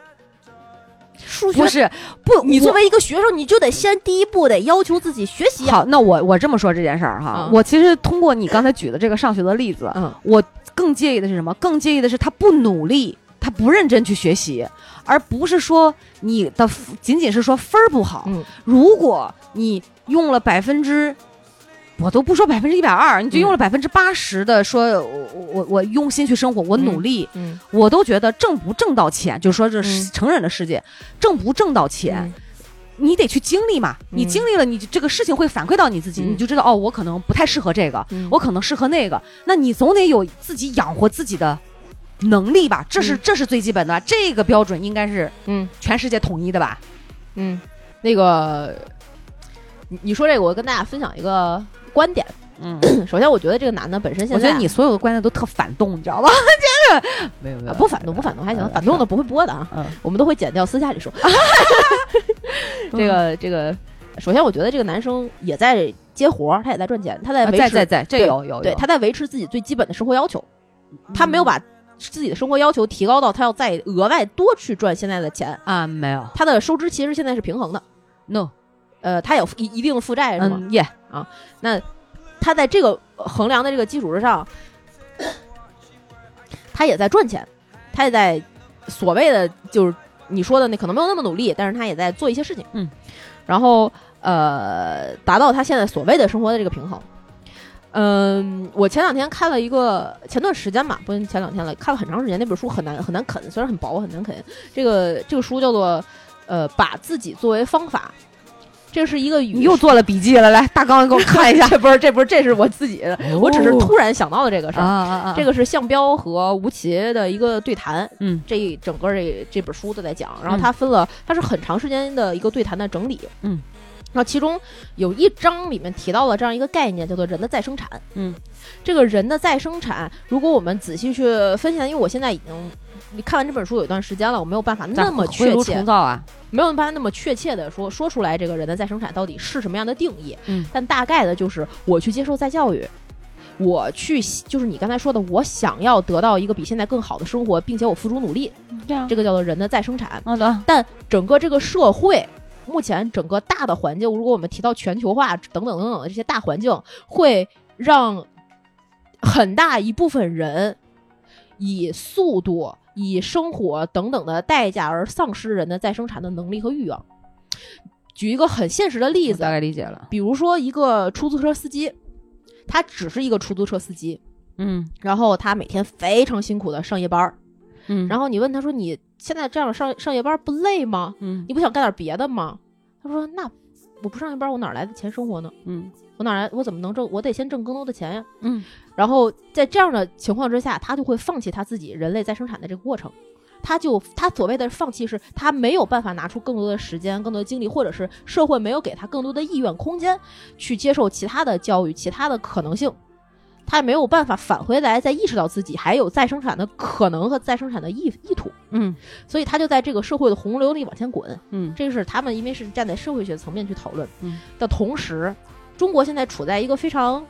S2: 数学
S3: 不是不，
S2: 你作
S3: 我
S2: 为一个学生，你就得先第一步得要求自己学习呀。
S3: 好，那我我这么说这件事儿哈，
S2: 啊嗯
S3: 我其实通过你刚才举的这个上学的例子，
S2: 嗯，
S3: 我更介意的是什么？更介意的是他不努力，他不认真去学习，而不是说你的仅仅是说分儿不好。
S2: 嗯
S3: 如果你用了百分之。我都不说百分之一百二，你就
S2: 嗯
S3: 用了百分之八十的说，我我我用心去生活，我努力，
S2: 嗯，
S3: 我都觉得挣不挣到钱，就说这
S2: 嗯
S3: 成人的世界，挣不挣到钱，你得去经历嘛，你
S2: 嗯
S3: 经历了，你这个事情会反馈到你自己，
S2: 嗯
S3: 你就知道哦，我可能不太适合这个，
S2: 嗯
S3: 我可能适合那个，那你总得有自己养活自己的能力吧，这是、
S2: 嗯
S3: 这是最基本的，这个标准应该是
S2: 嗯
S3: 全世界统一的吧？
S2: 嗯，那个，你你说这个，我跟大家分享一个观点。
S3: 嗯，
S2: 首先，我觉得这个男的本身现
S3: 我
S2: 在
S3: 觉得你所有的观念都特反动，你知 道吧？真啊是没有没
S2: 啊不反动，不反动还行，反动的不会播的啊，
S3: 嗯
S2: 我们都会剪掉，私下里 说。这个这个，首先我觉得这个男生也在接活儿，他也在赚钱，他在维持
S3: 啊在在在，这
S2: 对
S3: 有有
S2: 对，他在维持自己最基本的生活要求，
S3: 嗯
S2: 他没有把自己的生活要求提高到他要再额外多去赚现在的钱，
S3: 啊没有
S2: 他的收支其实现在是平衡的，
S3: no
S2: 呃，他有一一定的负债是吗？
S3: 嗯耶
S2: 他在这个衡量的这个基础之上，他也在赚钱，他也在所谓的就是你说的那可能没有那么努力，但是他也在做一些事情，
S3: 嗯，
S2: 然后呃，达到他现在所谓的生活的这个平衡。嗯，我前两天看了一个，前段时间吧，不是前两天了，看了很长时间那本书，很难很难啃，虽然很薄，很难啃。这个这个书叫做呃，把自己作为方法，这是一个
S3: 你
S2: 语
S3: 又做了笔记了，来大纲给我看一 下
S2: 这哎不是这不是这是我自己的，我只是
S3: 哦
S2: 突然想到的这个 事
S3: 啊
S2: 儿。
S3: 啊啊
S2: 这个是项彪和吴奇的一个对谈，
S3: 嗯
S2: 这一整个这这本书都在讲，然后
S3: 嗯
S2: 他分了，它是很长时间的一个对谈的整理，
S3: 嗯，
S2: 然后其中有一章里面提到了这样一个概念，叫做人的再生产，
S3: 嗯，
S2: 这个人的再生产，如果我们仔细去分析，因为我现在已经。你看完这本书有一段时间了，我没有办法那么
S3: 回
S2: 确
S3: 炉
S2: 切，
S3: 重造啊，
S2: 没有办法那么确切的说说出来这个人的再生产到底是什么样的定义，
S3: 嗯
S2: 但大概的就是我去接受再教育，我去就是你刚才说的，我想要得到一个比现在更好的生活，并且我付出努力，
S3: 这样
S2: 这个叫做人的再生产。
S3: 好的
S2: 整个这个社会。目前整个大的环境，如果我们提到全球化等等等等的这些大环境，会让很大一部分人以速度、以生活等等的代价而丧失人的再生产的能力和欲望。举一个很现实的例
S3: 我
S2: 子
S3: 大，概理解了，
S2: 比如说一个出租车司机，他只是一个出租车司机，
S3: 嗯
S2: 然后他每天非常辛苦的上夜班儿，
S3: 嗯
S2: 然
S3: 后
S2: 后你问他说：“你现在这样上上夜班儿不累吗？
S3: 嗯
S2: 你不想干点别的吗？”他说：“那我不上夜班儿，我哪来的钱生活呢？
S3: 嗯
S2: 我哪来？我怎么能挣？我得先挣更多的钱呀。
S3: 嗯”
S2: 然后在这样的情况之下，他就会放弃他自己人类再生产的这个过程。他就他所谓的放弃是，他没有办法拿出更多的时间、更多的精力，或者是社会没有给他更多的意愿空间去接受其他的教育、其他的可能性，他也没有办法返回来再意识到自己还有再生产的可能和再生产的意意图，
S3: 嗯
S2: 所以他就在这个社会的洪流里往前滚。
S3: 嗯
S2: 这个是他们因为是站在社会学层面去讨论，
S3: 嗯
S2: 的同时，中国现在处在一个非常，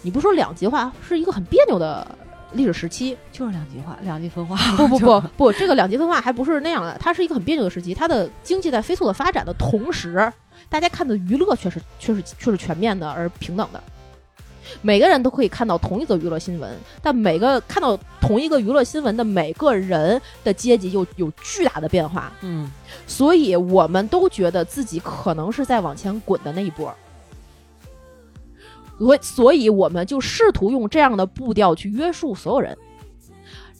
S2: 你不说两极化，是一个很别扭的历史时期。
S3: 就是两极化，两极分化。
S2: 不不不不，这个两极分化还不是那样的，它是一个很别扭的时期。它的经济在飞速的发展的同时，大家看的娱乐却是却是却是全面的而平等的。每个人都可以看到同一则娱乐新闻，但每个看到同一个娱乐新闻的每个人的阶级又有巨大的变化。
S3: 嗯
S2: 所以我们都觉得自己可能是在往前滚的那一波儿。所所以，我们就试图用这样的步调去约束所有人。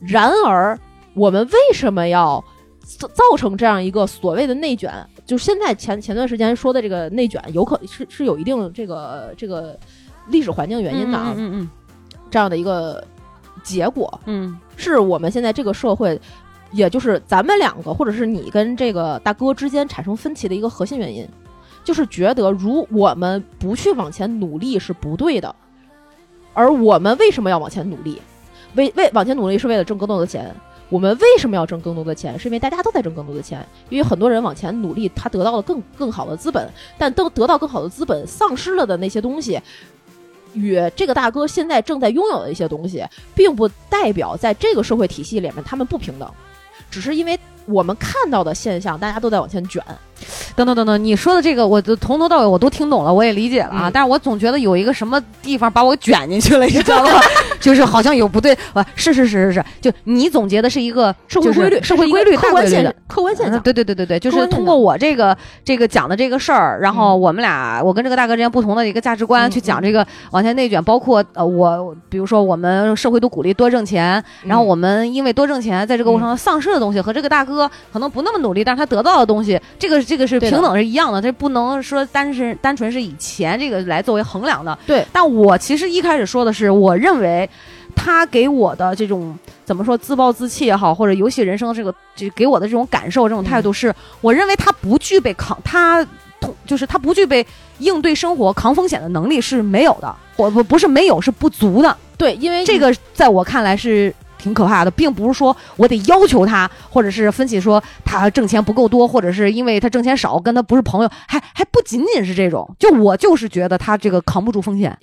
S2: 然而，我们为什么要造造成这样一个所谓的内卷？就现在前前段时间说的这个内卷，有可是是有一定这个这个历史环境原因的啊，
S3: 嗯
S2: 这样的一个结果。
S3: 嗯
S2: 是我们现在这个社会，也就是咱们两个，或者是你跟这个大哥之间产生分歧的一个核心原因，就是觉得如我们不去往前努力是不对的，而我们为什么要往前努力？为为往前努力是为了挣更多的钱。我们为什么要挣更多的钱？是因为大家都在挣更多的钱，因为很多人往前努力，他得到了更更好的资本，但都得到更好的资本，丧失了的那些东西，与这个大哥现在正在拥有的一些东西，并不代表在这个社会体系里面他们不平等，只是因为我们看到的现象，大家都在往前卷。
S3: 等等等等，你说的这个，我就从头到尾我都听懂了，我也理解了啊。
S2: 嗯
S3: 但是我总觉得有一个什么地方把我卷进去了，你知道吗？ 就是好像有不对，啊，是是是是是，就你总结的是一个
S2: 社会
S3: 就是
S2: 规律，
S3: 社会规律、
S2: 客
S3: 大
S2: 观
S3: 规律
S2: 现
S3: 的。
S2: 客观现
S3: 嗯
S2: 象。
S3: 对对对对对，就
S2: 客
S3: 是
S2: 观现
S3: 通过我这个这个讲的这个事儿，然后我们俩我跟这个大哥之间不同的一个价值观
S2: 嗯
S3: 去讲这个往前内卷，包括呃我比如说我们社会都鼓励多挣钱，然后
S2: 嗯
S3: 我们因为多挣钱，在这个过程中丧失的东西和这个大哥可能不那么努力，但是他得到的东西，这个这个是
S2: 对
S3: 平
S2: 的
S3: 等是一样的，这不能说单是单纯是以钱这个来作为衡量的。
S2: 对，
S3: 但我其实一开始说的是，我认为他给我的这种怎么说自暴自弃也好，或者游戏人生这个这给我的这种感受、这种态度
S2: 嗯
S3: 是，我认为他不具备扛他。就是他不具备应对生活扛风险的能力是没有的，我不不是没有，是不足的。
S2: 对，因为
S3: 这个在我看来是挺可怕的，并不是说我得要求他，或者是分析说他挣钱不够多，或者是因为他挣钱少，跟他不是朋友，还还不仅仅是这种。就我就是觉得他这个扛不住风险，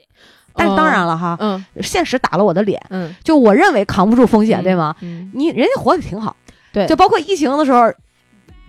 S3: 但是当然啊了哈，
S2: 嗯
S3: 现实打了我的脸，
S2: 嗯，
S3: 就我认为扛不住风险，对吗？
S2: 嗯，
S3: 你人家活得挺好，
S2: 对
S3: 就包括疫情的时候，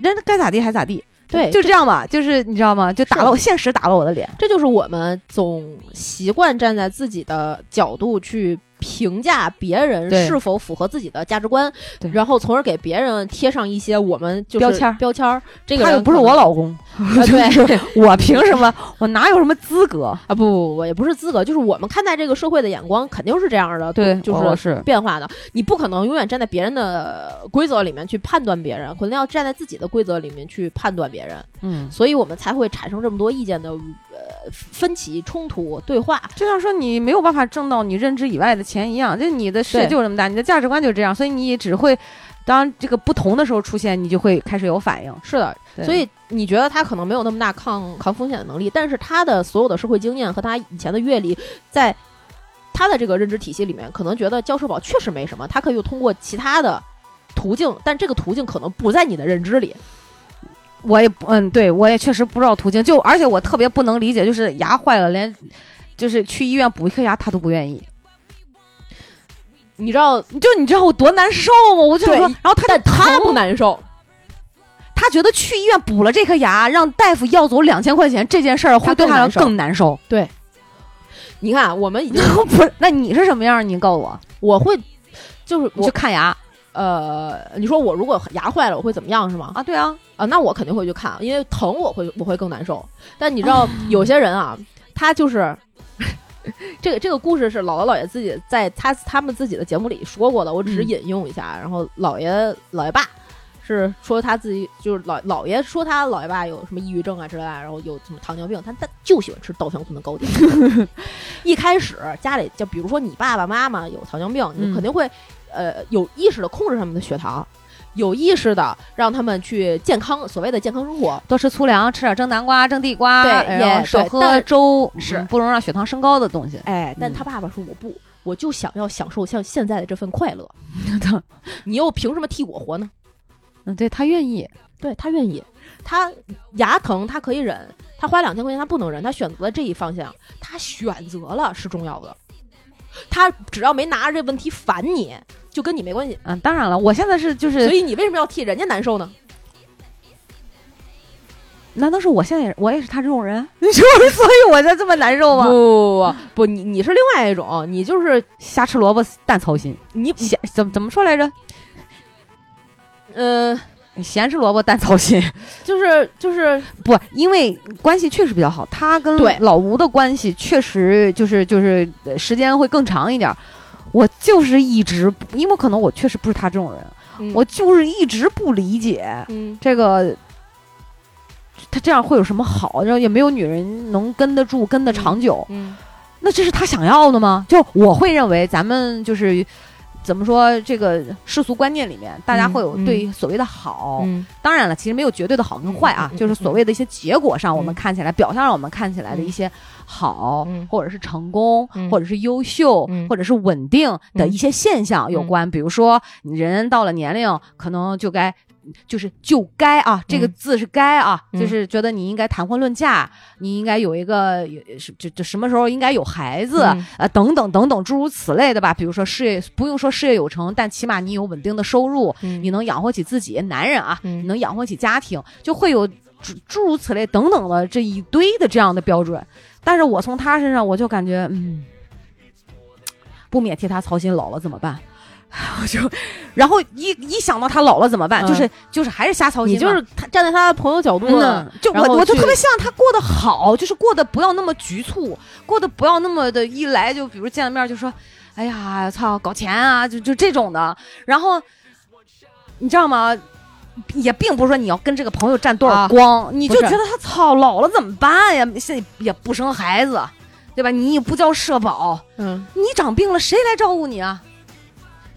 S3: 人家该咋地还咋地。
S2: 对
S3: 就这样吧，就是你知道吗？就打
S2: 是
S3: 了我现实打了我的脸，
S2: 这就是我们总习惯站在自己的角度去评价别人
S3: 对
S2: 是否符合自己的价值观
S3: 对，
S2: 然后从而给别人贴上一些我们就是
S3: 标签儿
S2: 标签儿。这个
S3: 他又
S2: 人
S3: 不是
S2: 可能
S3: 我老 公，
S2: 啊，对
S3: 我凭什么？我哪有什么资格？
S2: 啊，不不不，我也不是资格，就是我们看待这个社会的眼光肯定是这样的，就
S3: 我
S2: 是
S3: 哦是
S2: 变化的。你不可能永远站在别人的规则里面去判断别人，肯定要站在自己的规则里面去判断别人，
S3: 嗯，
S2: 所以我们才会产生这么多意见的呃分歧、冲突、对话。
S3: 就像说你没有办法挣到你认知以外的钱一样，就你的世界
S2: 对
S3: 就是这么大，你的价值观就是这样，所以你只会当这个不同的时候出现，你就会开始有反应。
S2: 是的，
S3: 对
S2: 所以你觉得他可能没有那么大抗抗风险的能力，但是他的所有的社会经验和他以前的阅历，在他的这个认知体系里面，可能觉得交社保确实没什么，他可以通过其他的途径，但这个途径可能不在你的认知里。
S3: 我也不嗯，对我也确实不知道途径，就而且我特别不能理解，就是牙坏了连。就是去医院补一颗牙，他都不愿意。
S2: 你知道，
S3: 就你知道我多难受吗？我就想
S2: 对
S3: 说，然后他
S2: 但
S3: 就
S2: 他
S3: 疼
S2: 不，难受，
S3: 他觉得去医院补了这颗牙，让大夫要走两千块钱这件事儿，会
S2: 他
S3: 对
S2: 更
S3: 他来
S2: 难受
S3: 说更难受。
S2: 你看我们已 经，
S3: 不是，那你是什么样儿？你告诉我，
S2: 我会就是
S3: 你去
S2: 我
S3: 看牙
S2: 呃，你说我如果牙坏了，我会怎么样是吗？
S3: 啊？对啊，
S2: 啊，那我肯定会去看，因为疼我会我会更难受。但你知道有些人啊，他就是 这个这个故事是姥姥姥爷自己在他他们自己的节目里说过的，我只是
S3: 嗯
S2: 引用一下。然后姥爷姥爷爸是说他自己就是姥姥爷说他姥爷爸有什么抑郁症啊之类的，然后有什么糖尿病，但他就喜欢吃稻香村的 糕点。一开始家里就比如说你爸爸妈妈有糖尿病，
S3: 嗯
S2: 你肯定会、呃有意识的控制他们的血糖。有意识的让他们去健康，所谓的健康生活，
S3: 多吃粗粮，吃点蒸南瓜、蒸地瓜，
S2: 对
S3: 然后
S2: 也
S3: 少
S2: 对
S3: 喝
S2: 但
S3: 粥，
S2: 是
S3: 嗯不能让血糖升高的东西。
S2: 哎，
S3: 嗯
S2: 但他爸爸说我不，我就想要享受像现在的这份快 乐。你又凭什么替我活呢？
S3: 嗯，对他愿意，
S2: 对他愿意，他牙疼他可以忍，他花两千块钱他不能忍，他选择了这一方向，他选择了是重要的。他只要没拿着这问题烦你，就跟你没关系。
S3: 嗯，当然了，我现在是就
S2: 所
S3: 是，
S2: 以你为什么要替人家难受呢？
S3: 难道是我现在也是我也是他这种人？ 你说，所以我才这么难受
S2: 不
S3: 吗？
S2: 不不不，你你是另外一种，你就是
S3: 瞎吃萝卜淡操心，
S2: 你
S3: 咸怎么怎么说来着？
S2: 嗯、
S3: 咸吃萝卜淡操心，
S2: 就是就是
S3: 不，因为关系确实比较好，他跟
S2: 对
S3: 老吴的关系确实就是就是呃时间会更长一点儿。我就是一直不，因为可能我确实不是他这种人，
S2: 嗯
S3: 我就是一直不理解，
S2: 嗯
S3: 这个他这样会有什么好？然后也没有女人能跟得住、跟得长久。
S2: 嗯
S3: 那这是他想要的吗？就我会认为，咱们就是怎么说，这个世俗观念里面，大家
S2: 嗯
S3: 会有
S2: 嗯
S3: 对所谓的好。
S2: 嗯
S3: 当然了，其实没有绝对的好跟坏啊，
S2: 嗯嗯嗯
S3: 就是所谓的一些结果上，我们
S2: 嗯
S3: 看起来、表象上我们看起来的一些好，
S2: 嗯
S3: 或者是成功，
S2: 嗯
S3: 或者是优秀，
S2: 嗯
S3: 或者是稳定的一些现象有关。比如说，你人到了年龄，可能就该就是就该啊，这个
S2: 嗯
S3: 字是该啊，
S2: 嗯
S3: 就是觉得你应该谈婚论嫁，你应该有一个有是就就什么时候应该有孩子，
S2: 嗯
S3: 呃等等等等诸如此类的吧。比如说事业不用说事业有成，但起码你有稳定的收入，
S2: 嗯
S3: 你能养活起自己，男人啊，
S2: 嗯
S3: 你能养活起家庭，就会有诸诸如此类等等的这一堆的这样的标准。但是我从他身上，我就感觉，嗯，不免替他操心，老了怎么办？ 我就，然后一一想到他老了怎么办，
S2: 嗯
S3: 就是就是还是瞎操心
S2: 你
S3: 嘛，
S2: 就是他站在他的朋友角度
S3: 嗯
S2: 了
S3: 呐，就
S2: 然后
S3: 我我就
S2: 去
S3: 特别希望他过得好，就是过得不要那么局促，过得不要那么的一来就比如见了面就说，哎呀操搞钱啊，就就这种的。然后你知道吗？也并不是说你要跟这个朋友占多少
S2: 啊
S3: 光，你就
S2: 不
S3: 觉
S2: 是
S3: 得他操老了怎么办呀？现在也不生孩子，对吧？你也不交社保，
S2: 嗯，
S3: 你长病了谁来照顾你啊？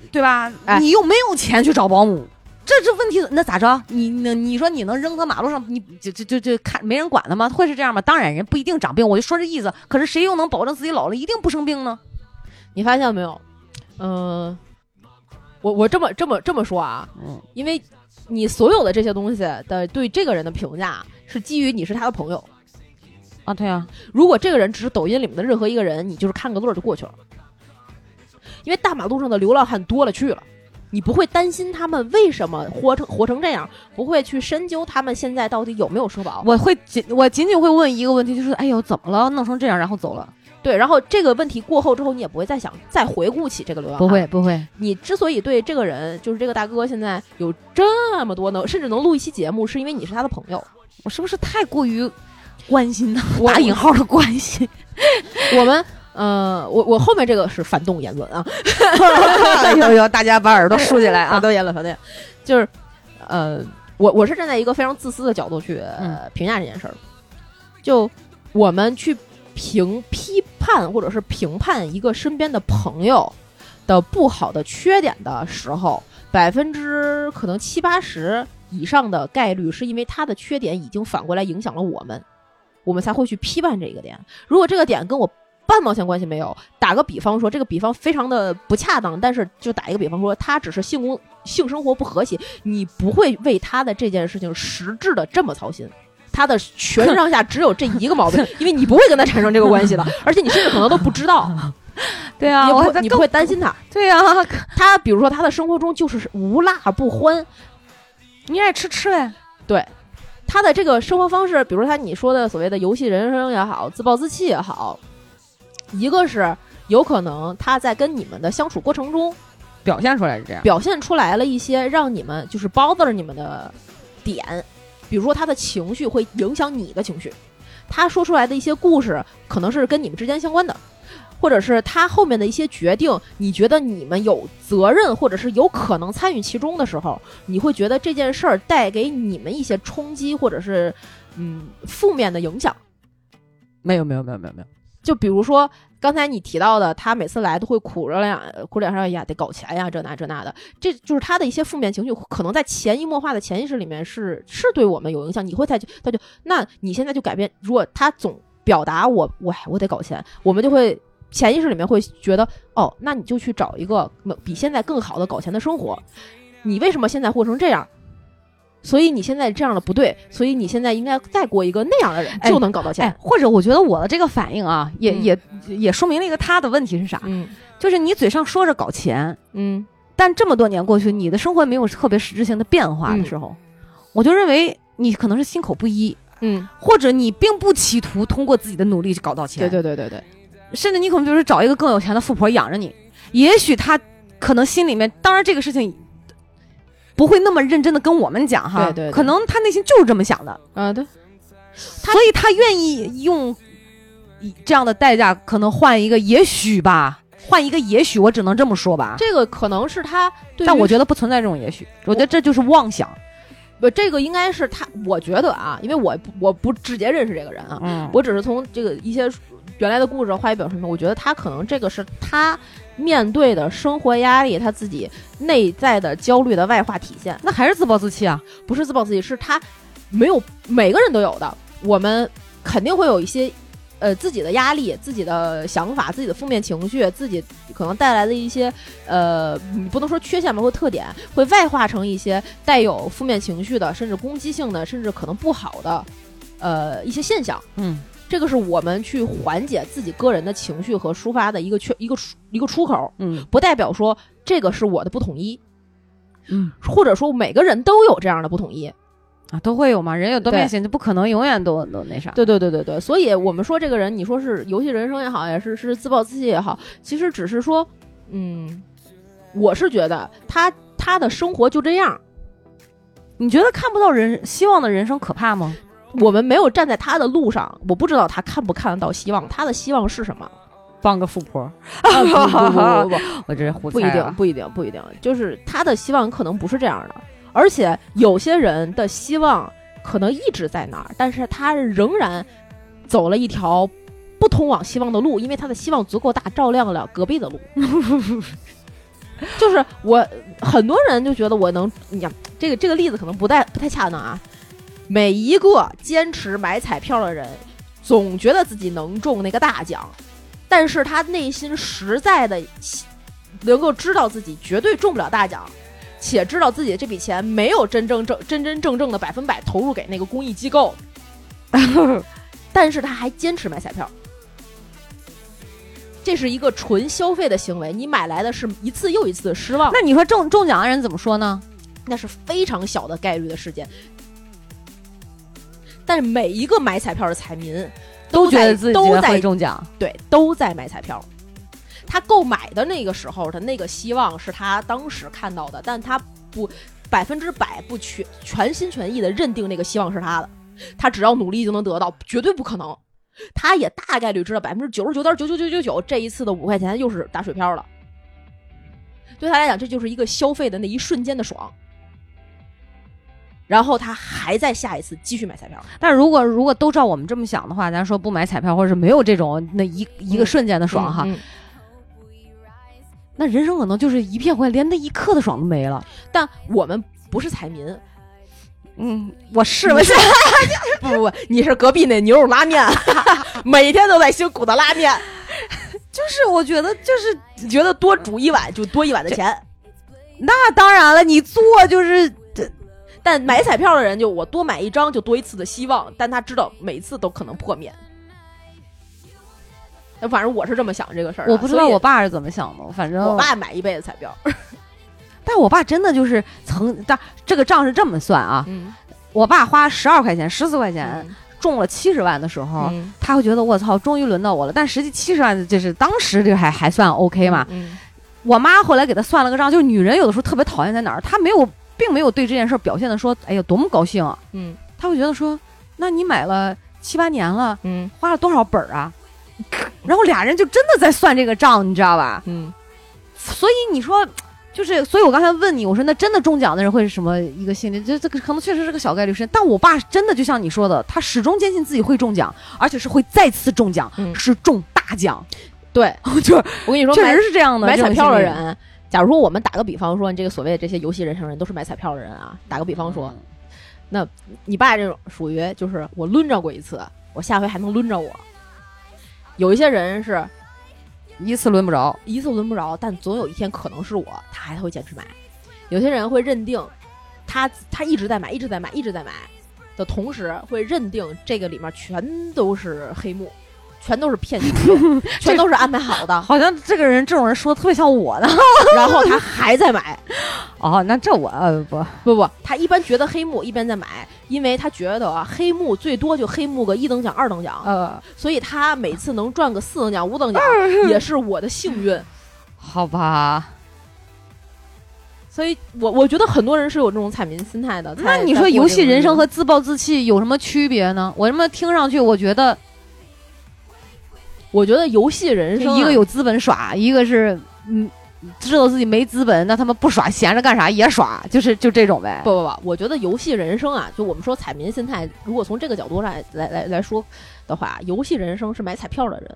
S3: 对吧？
S2: 哎
S3: 你又没有钱去找保姆，这这问题那咋着？你那你说你能扔到马路上，你就就就就看没人管他吗？会是这样吗？当然，人不一定长病，我就说这意思。可是谁又能保证自己老了一定不生病呢？
S2: 你发现没有？嗯，我我这么这么这么说啊，
S3: 嗯
S2: 因为你所有的这些东西的对这个人的评价是基于你是他的朋友。
S3: 啊，对啊，
S2: 如果这个人只是抖音里面的任何一个人，你就是看个乐儿就过去了，因为大马路上的流浪汉多了去了。你不会担心他们为什么活成活成这样，不会去深究他们现在到底有没有社保。
S3: 我会仅我仅仅会问一个问题，就是哎呦怎么了？弄成这样然后走了？
S2: 对，然后这个问题过后之后，你也不会再想再回顾起这个流浪汉。
S3: 不会不会，
S2: 你之所以对这个人，就是这个大哥，现在有这么多能，甚至能录一期节目，是因为你是他的朋友。
S3: 我是不是太过于关心呢？
S2: 我
S3: 打引号的关心。
S2: 我们，呃，我我后面这个是反动言论啊，
S3: 哎呦呦，大家把耳朵竖起来啊
S2: 反！动言论，反动言论，就是，呃，我我是站在一个非常自私的角度去、呃评价这件事儿，就我们去评批判或者是评判一个身边的朋友的不好的缺点的时候，百分之可能七八十以上的概率是因为他的缺点已经反过来影响了我们，我们才会去批判这个点。如果这个点跟我半毛钱关系没有，打个比方说，这个比方非常的不恰当，但是就打一个比方说，他只是性工性生活不和谐，你不会为他的这件事情实质的这么操心。他的全身上下只有这一个毛病，因为你不会跟他产生这个关系的，而且你甚至可能都不 知道，
S3: 对
S2: 你
S3: 啊，
S2: 也不
S3: 我
S2: 会你不会担心他。
S3: 对啊，
S2: 他比如说他的生活中就是无辣不欢，
S3: 你爱吃吃呗。
S2: 他的这个生活方式，比如说他你说的所谓的游戏人生也好，自暴自弃也好，一个是有可能他在跟你们的相处过程中
S3: 表现出来是这样。
S2: 表现出来了一些让你们就是 bother 你们的点，比如说他的情绪会影响你的情绪，他说出来的一些故事可能是跟你们之间相关的，或者是他后面的一些决定，你觉得你们有责任或者是有可能参与其中的时候，你会觉得这件事儿带给你们一些冲击或者是嗯负面的影响。
S3: 没有没有没有没有没有，
S2: 就比如说刚才你提到的，他每次来都会苦着脸，苦脸上哎呀得搞钱呀，这那这那的，这就是他的一些负面情绪，可能在潜移默化的潜意识里面是是对我们有影响。你会再去，他就，那你现在就改变。如果他总表达我我哎我得搞钱，我们就会潜意识里面会觉得哦，那你就去找一个比现在更好的搞钱的生活。你为什么现在过成这样？所以你现在这样的不对，所以你现在应该再过一个那样的人，
S3: 哎
S2: 就能搞到钱。
S3: 哎，或者我觉得我的这个反应啊，也、
S2: 嗯
S3: 也也说明了一个他的问题是啥，
S2: 嗯
S3: 就是你嘴上说着搞钱，
S2: 嗯，
S3: 但这么多年过去，你的生活没有特别实质性的变化的时候，我就认为你可能是心口不一，
S2: 嗯，
S3: 或者你并不企图通过自己的努力去搞到钱，
S2: 对对对对对，
S3: 甚至你可能就是找一个更有钱的富婆养着你，也许他可能心里面，当然这个事情。不会那么认真的跟我们讲哈，
S2: 对对对
S3: 可能他内心就是这么想的，
S2: 啊对，
S3: 所以他愿意用以这样的代价，可能换一个也许吧，换一个也许，我只能这么说吧。
S2: 这个可能是他对于，
S3: 但我觉得不存在这种也许，我觉得这就是妄想。
S2: 不，这个应该是他，我觉得啊，因为我不我不直接认识这个人啊，
S3: 嗯
S2: 我只是从这个一些原来的故事话语表述中，我觉得他可能这个是他面对的生活压力，他自己内在的焦虑的外化体现，
S3: 那还是自暴自弃啊。
S2: 不是自暴自弃，是他没有每个人都有的，我们肯定会有一些呃自己的压力、自己的想法、自己的负面情绪、自己可能带来的一些呃，你不能说缺陷吧或特点，会外化成一些带有负面情绪的，甚至攻击性的，甚至可能不好的呃一些现象。
S3: 嗯，
S2: 这个是我们去缓解自己个人的情绪和抒发的一个缺一个出一个出口，
S3: 嗯
S2: 不代表说这个是我的不统一，
S3: 嗯
S2: 或者说每个人都有这样的不统一。
S3: 啊，都会有嘛，人有多面
S2: 对
S3: 性，就不可能永远都都那啥。
S2: 对对对对对，所以我们说这个人，你说是游戏人生也好，也是是自暴自弃也好，其实只是说，嗯，我是觉得他他的生活就这样，
S3: 你觉得看不到人希望的人生可怕吗？
S2: 我们没有站在他的路上，我不知道他看不看得到希望，他的希望是什么？
S3: 傍个富婆，
S2: 啊不不不不不
S3: 我这胡
S2: 不，不一
S3: 啊
S2: 定，不一定，不一定，就是他的希望可能不是这样的，而且有些人的希望可能一直在那儿，但是他仍然走了一条。不通往希望的路，因为他的希望足够大，照亮了隔壁的路。就是我很多人就觉得我能，你看这个这个例子可能不太不太恰当啊。每一个坚持买彩票的人，总觉得自己能中那个大奖，但是他内心实在的能够知道自己绝对中不了大奖，且知道自己这笔钱没有真正正真真正正的百分百投入给那个公益机构，但是他还坚持买彩票。这是一个纯消费的行为，你买来的是一次又一次的失望，
S3: 那你说中中奖的人怎么说呢？
S2: 那是非常小的概率的事件。但是每一个买彩票的彩民
S3: 都觉
S2: 在
S3: 得自己
S2: 都
S3: 会
S2: 在
S3: 中奖，
S2: 对，都在买彩票。他购买的那个时候的那个希望是他当时看到的，但他不百分之百不全全心全意的认定那个希望是他的，他只要努力就能得到，绝对不可能。他也大概率知道百分之九十九点九九九九九这一次的五块钱又是打水漂了。对他来讲，这就是一个消费的那一瞬间的爽。然后他还在下一次继续买彩票，
S3: 但如果如果都照我们这么想的话，咱说不买彩票，或者是没有这种那一一个瞬间的爽哈，
S2: 嗯嗯
S3: 那人生可能就是一片灰，连那一刻的爽都没了。
S2: 但我们不是彩民，
S3: 嗯，我 试了
S2: 是不不不，你是隔壁那牛肉拉面， 每天都在新鼓捣拉面，
S3: 就是我觉得就是
S2: 你觉得多煮一碗就多一碗的钱。
S3: 那当然了，你做就是
S2: 但买彩票的人就我多买一张就多一次的希望，但他知道每次都可能破灭。哎反正我是这么想这个事儿啊、
S3: 我不知道
S2: 所以
S3: 我爸是怎么想的，反正
S2: 我爸买一辈子彩票，
S3: 但我爸真的就是曾，但这个账是这么算啊，
S2: 嗯，
S3: 我爸花十二块钱、十四块钱中了七十万的时候，
S2: 嗯，
S3: 他会觉得我操，终于轮到我了。但实际七十万就是当时这还还算 OK 嘛。
S2: 嗯，
S3: 我妈后来给他算了个账，就是女人有的时候特别讨厌在哪儿，她没有，并没有对这件事儿表现的说，哎呀多么高兴、啊，
S2: 嗯
S3: 她会觉得说，那你买了七八年了，
S2: 嗯
S3: 花了多少本儿啊？ 然后俩人就真的在算这个账，你知道吧？
S2: 嗯
S3: 所以你说，就是，所以我刚才问你，我说那真的中奖的人会是什么一个心理？这这个可能确实是个小概率事件，但我爸真的就像你说的，他始终坚信自己会中奖，而且是会再次中奖，
S2: 嗯
S3: 是中大奖。
S2: 对，
S3: 就是
S2: 我跟你说，
S3: 确
S2: 买
S3: 实是这样的，
S2: 买
S3: 这种
S2: 彩票的
S3: 心理
S2: 人，假如说我们打个比方说，你这个所谓的这些游戏人生人都是买彩票的人啊，打个比方
S3: 嗯
S2: 说，那你爸这种属于就是我抡着过一次，我下回还能抡着我。有一些人是
S3: 一次轮不着，
S2: 一次轮不着，但总有一天可能是我，他还会坚持买。有些人会认定他他一直在买，一直在买，一直在买的同时，会认定这个里面全都是黑幕，全都是 骗局，全都是安排好的，
S3: 好像这个人这种人说的特别像我呢。
S2: 然后他还在买。
S3: 哦，那这我呃不，
S2: 不不，他一般觉得黑幕，一般在买，因为他觉得啊，黑幕最多就黑幕个一等奖、二等奖，
S3: 呃，
S2: 所以他每次能赚个四等奖、五等奖也是我的幸运。
S3: 好吧。
S2: 所以我我觉得很多人是有这种彩民心态的。
S3: 那
S2: 才
S3: 你
S2: 在
S3: 说
S2: 过
S3: 游
S2: 这
S3: 戏
S2: 个
S3: 人生
S2: 日
S3: 和
S2: 子
S3: 自暴自弃有什么区别呢？我这么听上去，我觉得
S2: 我觉得游戏人生啊
S3: 一个有资本耍，一个是嗯知道自己没资本，那他们不耍，闲着干啥也耍，就是就这种呗。
S2: 不不不，我觉得游戏人生啊，就我们说彩民心态，如果从这个角度上来来来来说的话，游戏人生是买彩票的人，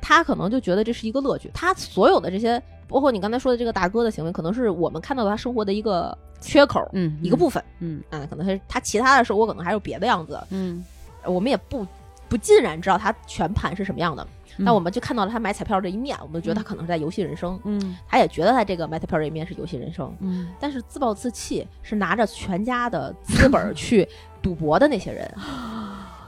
S2: 他可能就觉得这是一个乐趣，他所有的这些，包括你刚才说的这个大哥的行为，可能是我们看到他生活的一个缺口，
S3: 嗯，
S2: 一个部分
S3: 嗯
S2: 啊，可能是他其他的生活可能还有别的样子，
S3: 嗯
S2: 我们也不不尽然知道它全盘是什么样的，
S3: 嗯
S2: 但我们就看到了他买彩票这一面，我们就觉得他可能是在游戏人生，
S3: 嗯
S2: 他也觉得他这个买彩票这一面是游戏人生，
S3: 嗯，
S2: 但是自暴自弃是拿着全家的资本儿去赌博的那些人，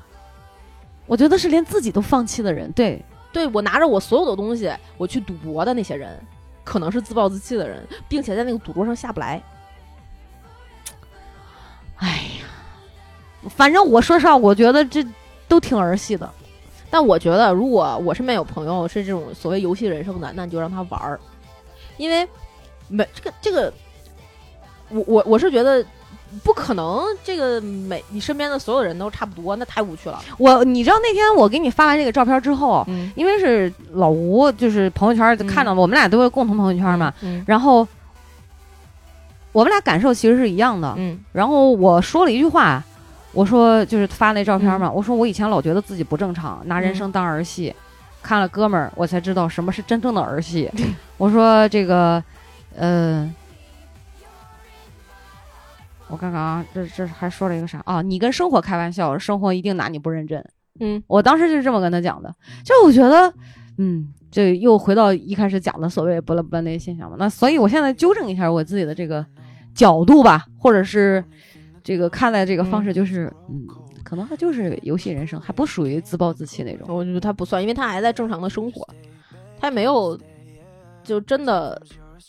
S3: 我觉得是连自己都放弃的人，对，
S2: 对我拿着我所有的东西我去赌博的那些人，可能是自暴自弃的人，并且在那个赌桌上下不来。
S3: 哎呀，反正我说实话，我觉得这都挺儿戏的。
S2: 但我觉得，如果我身边有朋友是这种所谓游戏人生的，那你就让他玩儿，因为没这个这个，我我我是觉得不可能，这个每你身边的所有人都差不多，那太无趣了。
S3: 我你知道那天我给你发完这个照片之后，
S2: 嗯
S3: 因为是老吴就是朋友圈儿就看到了，我们俩都会共同朋友圈儿嘛，
S2: 嗯
S3: 然后我们俩感受其实是一样的。
S2: 嗯
S3: 然后我说了一句话，我说就是发那照片嘛，我说我以前老觉得自己不正常，拿人生当儿戏，看了哥们儿我才知道什么是真正的儿戏。我说这个，呃。我看看啊，这这还说了一个啥啊？你跟生活开玩笑，生活一定拿你不认真。
S2: 嗯，
S3: 我当时就是这么跟他讲的，就是我觉得，嗯，这又回到一开始讲的所谓不伦不类现象嘛。那所以我现在纠正一下我自己的这个角度吧，或者是这个看待这个方式，就是嗯可能他就是游戏人生，还不属于自暴自弃那种。
S2: 我觉得他不算，因为他还在正常的生活，他没有就真的。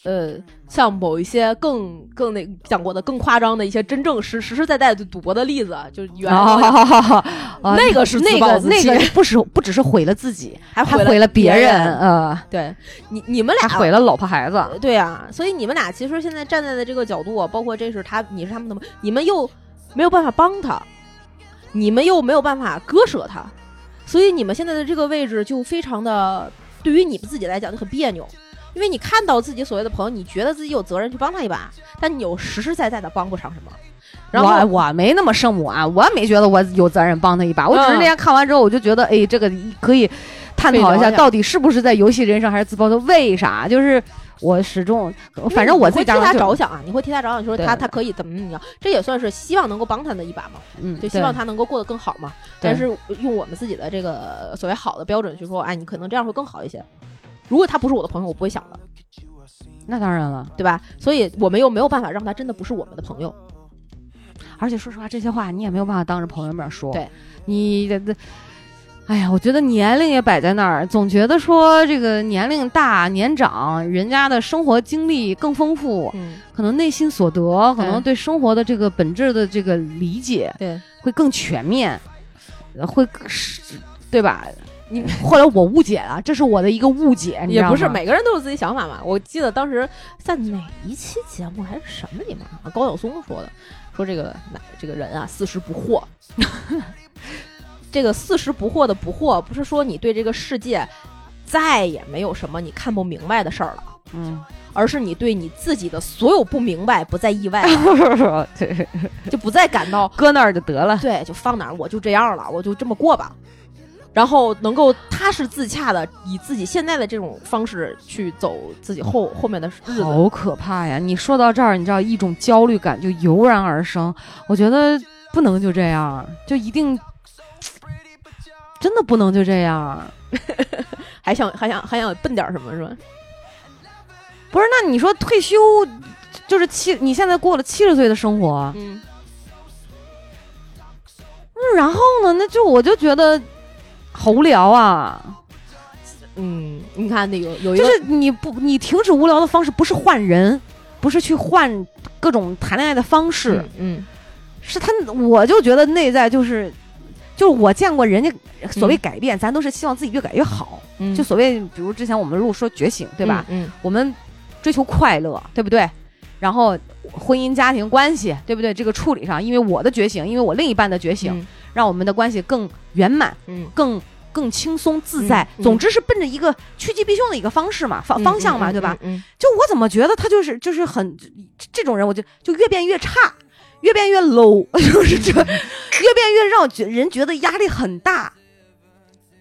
S2: 呃，像某一些更更那讲过的更夸张的一些真正实实实在在的赌博的例子，就是原 来
S3: 啊，
S2: 那个是自
S3: 那
S2: 暴
S3: 个
S2: 自
S3: 那
S2: 弃
S3: 个不是不只是毁了自己，
S2: 还
S3: 还
S2: 毁
S3: 毁了别
S2: 人，
S3: 人，呃，
S2: 对你你们
S3: 还
S2: 俩
S3: 毁了老婆孩子。
S2: 对啊，所以你们俩其实现在站在的这个角度，啊包括这是他，你是他们的，你们又没有办法帮他，你们又没有办法割舍他，所以你们现在的这个位置就非常的，对于你们自己来讲就很别扭，因为你看到自己所谓的朋友，你觉得自己有责任去帮他一把，但你又实实在在的帮不上什么。然后
S3: 我我没那么圣母啊，我没觉得我有责任帮他一把，我只
S2: 嗯
S3: 是那天看完之后，我就觉得，哎，这个可以探讨
S2: 可
S3: 一
S2: 以聊
S3: 下，
S2: 一下
S3: 到底是不是在游戏人生还是自爆的？为啥？就是我始终，反正我自己
S2: 你会
S3: 当
S2: 替他
S3: 时就
S2: 着，想啊，你会替他着想，你说
S3: 对
S2: 他他可以怎么怎么样，这也算是希望能够帮他的一把嘛。
S3: 嗯，
S2: 就
S3: 对
S2: 希望他能够过得更好嘛。但
S3: 对
S2: 是用我们自己的这个所谓好的标准去说，哎，你可能这样会更好一些。如果他不是我的朋友，我不会想的，
S3: 那当然了。
S2: 对吧？所以我们又没有办法让他真的不是我们的朋友。
S3: 而且说实话，这些话你也没有办法当着朋友面说，
S2: 对，
S3: 你这这。哎呀，我觉得年龄也摆在那儿，总觉得说这个年龄大、年长，人家的生活经历更丰富，
S2: 嗯，
S3: 可能内心所得，可能
S2: 嗯
S3: 对生活的这个本质的这个理解，
S2: 对，
S3: 会更全面，呃会更是对吧？
S2: 你
S3: 或者我误解了，这是我的一个误解，你知
S2: 也
S3: 道
S2: 不是
S3: 吗
S2: 每个人都有自己想法嘛。我记得当时在哪一期节目还是什么里面啊，高晓松说的，说这个哪这个人啊，四十不 惑。这个四十不惑的不惑，不是说你对这个世界再也没有什么你看不明白的事儿了。
S3: 嗯，
S2: 而是你对你自己的所有不明白不再意外，
S3: 对，
S2: 就不再感 到
S3: 搁那儿就得了。
S2: 对，就放哪儿我就这样了，我就这么过吧。然后能够踏实自洽的以自己现在的这种方式去走自己后后面的日
S3: 嗯
S2: 子，
S3: 好可怕呀！你说到这儿，你知道一种焦虑感就油然而生。我觉得不能就这样，就一定真的不能就这样。
S2: 还想还想还想奔点儿什么是吧？
S3: 不是，那你说退休就是七，你现在过了七十岁的生活，
S2: 嗯，
S3: 嗯然后呢，那就我就觉得好无聊啊。
S2: 嗯，你看那个有一
S3: 就
S2: 个
S3: 是你不，你停止无聊的方式不是换人，不是去换各种谈恋爱的方式，
S2: 嗯
S3: 是他，我就觉得内在就是，就是我见过人家所谓改变，咱都是希望自己越改越好，
S2: 嗯，
S3: 就所谓比如之前我们录说觉醒，对吧？
S2: 嗯
S3: 我们追求快乐，对不对？然后婚姻家庭关系，对不对？这个处理上，因为我的觉醒，因为我另一半的觉醒，
S2: 嗯
S3: 让我们的关系更圆满，
S2: 嗯
S3: 更更轻松自在。
S2: 嗯嗯
S3: 总之是奔着一个趋吉避凶的一个方式嘛，方方向嘛，对吧？？
S2: 嗯，
S3: 就我怎么觉得他就是就是很这这种人，我就就越变越差，越变越 low，就是 这越变越让我觉人觉得压力很大。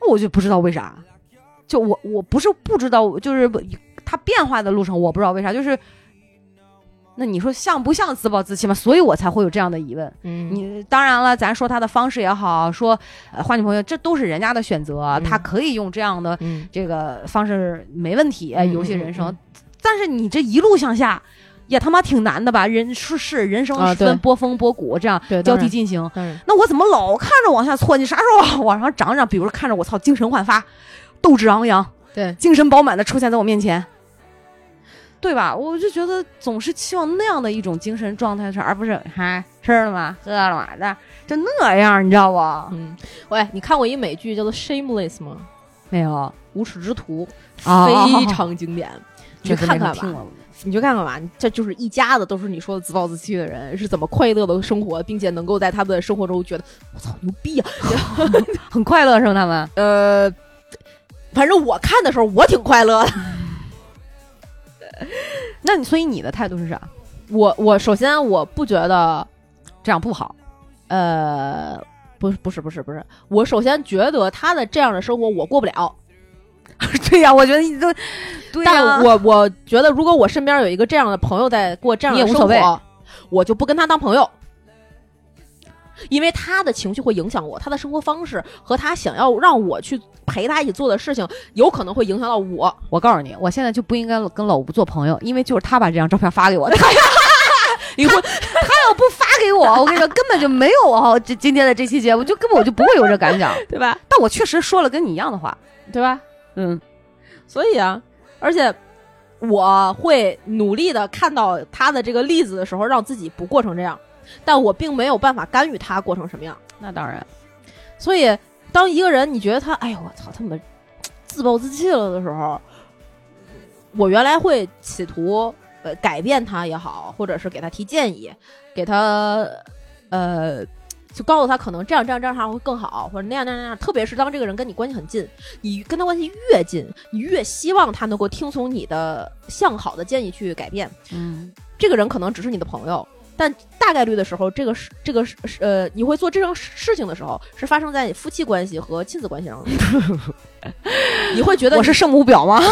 S3: 我就不知道为啥，就我我不是不知道，就是他变化的路程我不知道为啥，就是那你说像不像自暴自弃嘛？所以我才会有这样的疑问。
S2: 嗯
S3: 你当然了，咱说他的方式也好，说呃换女朋友，这都是人家的选择，他可以用这样的
S2: 嗯，
S3: 这个方式没问题，
S2: 嗯
S3: 游戏
S2: 嗯
S3: 人生。
S2: 嗯
S3: 但是你这一路向下，也他妈挺难的吧？人是是人生
S2: 啊
S3: 是分
S2: 对
S3: 波峰波谷这样
S2: 对
S3: 交
S2: 当
S3: 替
S2: 然
S3: 进行。
S2: 当然，
S3: 那我怎么老看着往下挫？你啥时候往 上涨涨？比如看着我操，精神焕发，斗志昂扬，
S2: 对，
S3: 精神饱满的出现在我面前，对吧？我就觉得总是期望那样的一种精神状态是，而不是还吃了吗？喝了吗？的就那样，你知道不？
S2: 嗯，喂，你看过一美剧叫做《Shameless》吗？
S3: 没有，
S2: 无耻之徒，
S3: 啊
S2: 非常经 典，你去
S3: 这个没
S2: 看看
S3: 听
S2: 吧，
S3: 过
S2: 你去看看吧，这就是一家子都是你说的自暴自弃的人，是怎么快乐的生活，并且能够在他们的生活中觉得我操牛逼啊！
S3: 很快乐是吗？他们
S2: 呃，反正我看的时候我挺快 乐的。
S3: 那你所以你的态度是啥？
S2: 我我首先我不觉得，
S3: 这样不好，
S2: 呃，不是不是不是不是，我首先觉得他的这样的生活我过不了，
S3: 对呀、我觉得你都对啊呀、
S2: 但我我觉得，如果我身边有一个这样的朋友在过这样的
S3: 你也
S2: 生
S3: 无所谓
S2: 活，我就不跟他当朋友，因为他的情绪会影响我，他的生活方式和他想要让我去陪他一起做的事情，有可能会影响到我。
S3: 我告诉你，我现在就不应该跟老吴做朋友，因为就是他把这张照片发给我 的。他
S2: 离婚，
S3: 要不发给我，我跟你说，根本就没有啊！这今天的这期节目，就根本我就不会有这感想。
S2: 对吧？
S3: 但我确实说了跟你一样的话，
S2: 对吧？
S3: 嗯，
S2: 所以啊，而且我会努力的看到他的这个例子的时候，让自己不过成这样，但我并没有办法干预他过成什么样。
S3: 那当然，
S2: 所以，当一个人你觉得他，哎呦我操，他们自暴自弃了的时候，我原来会企图呃改变他也好，或者是给他提建议，给他呃。就告诉他可能这样这样这样他会更好，或者那样那样那样。特别是当这个人跟你关系很近，你跟他关系越近，你越希望他能够听从你的向好的建议去改变。
S3: 嗯，
S2: 这个人可能只是你的朋友，但大概率的时候，这个是这个是呃，你会做这种事情的时候，是发生在夫妻关系和亲子关系上的。 你会觉得
S3: 我是圣母婊吗？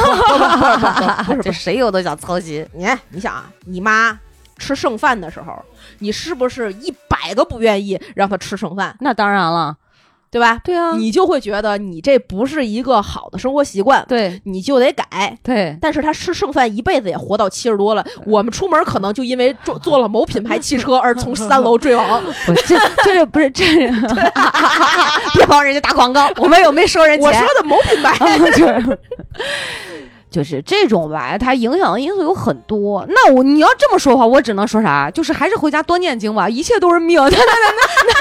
S2: 不是不
S3: 这
S2: 是
S3: 谁有都想操心，
S2: 你，你想啊，你妈吃剩饭的时候，你是不是一百个不愿意让她吃剩饭，
S3: 那当然了，
S2: 对吧？
S3: 对啊，
S2: 你就会觉得你这不是一个好的生活习惯，
S3: 对
S2: 你就得改。
S3: 对，
S2: 但是他吃剩饭一辈子也活到七十多了，我们出门可能就因为坐坐了某品牌汽车而从三楼 坠亡。
S3: 不这这是不是这？ 别帮人家打广告，我们又没收人钱。
S2: 我说的某品牌，
S3: 就是就是这种吧，它影响的因素有很多。那我你要这么说的话，我只能说啥，就是还是回家多念经吧，一切都是命。 那那那那对不对？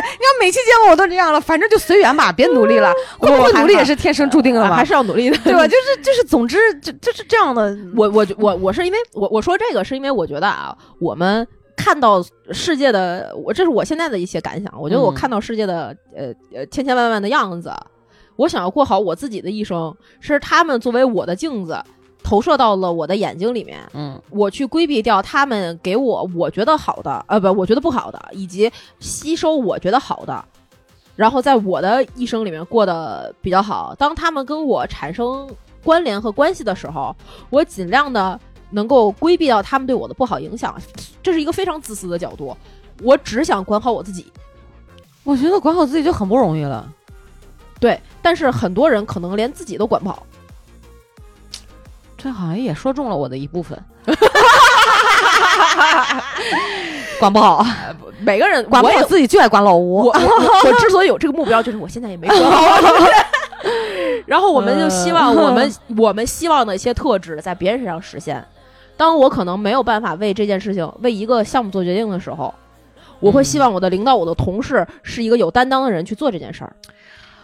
S3: 你看每期节目我都这样了，反正就随缘吧，别努力了，会不
S2: 我
S3: 会
S2: 还
S3: 努力也啊是天生注定的吧，
S2: 还是要努力的，
S3: 对吧？？就是就是，总之就就是这样的。
S2: 我我我我是因为我我说这个是因为我觉得啊，我们看到世界的我这是我现在的一些感想，我觉得我
S3: 嗯
S2: 看到世界的、呃呃千千万万的样子，我想要过好我自己的一生，是他们作为我的镜子。投射到了我的眼睛里面，
S3: 嗯
S2: 我去规避掉他们给我我觉得好的，呃，不，我觉得不好的，以及吸收我觉得好的，然后在我的一生里面过得比较好。当他们跟我产生关联和关系的时候，我尽量的能够规避掉他们对我的不好影响。这是一个非常自私的角度，我只想管好我自己。
S3: 我觉得管好自己就很不容易了。
S2: 对，但是很多人可能连自己都管不好。
S3: 这好像也说中了我的一部分。 管不好，啊
S2: 每个人
S3: 管不
S2: 我也
S3: 好自己就爱管老吴。
S2: 我我我我之所以有这个目标，就是我现在也没说好。 然后我们就希望我们我们希望的一些特质在别人身上实现。当我可能没有办法为这件事情、为一个项目做决定的时候，我会希望我的领导、我的同事是一个有担当的人去做这件事儿。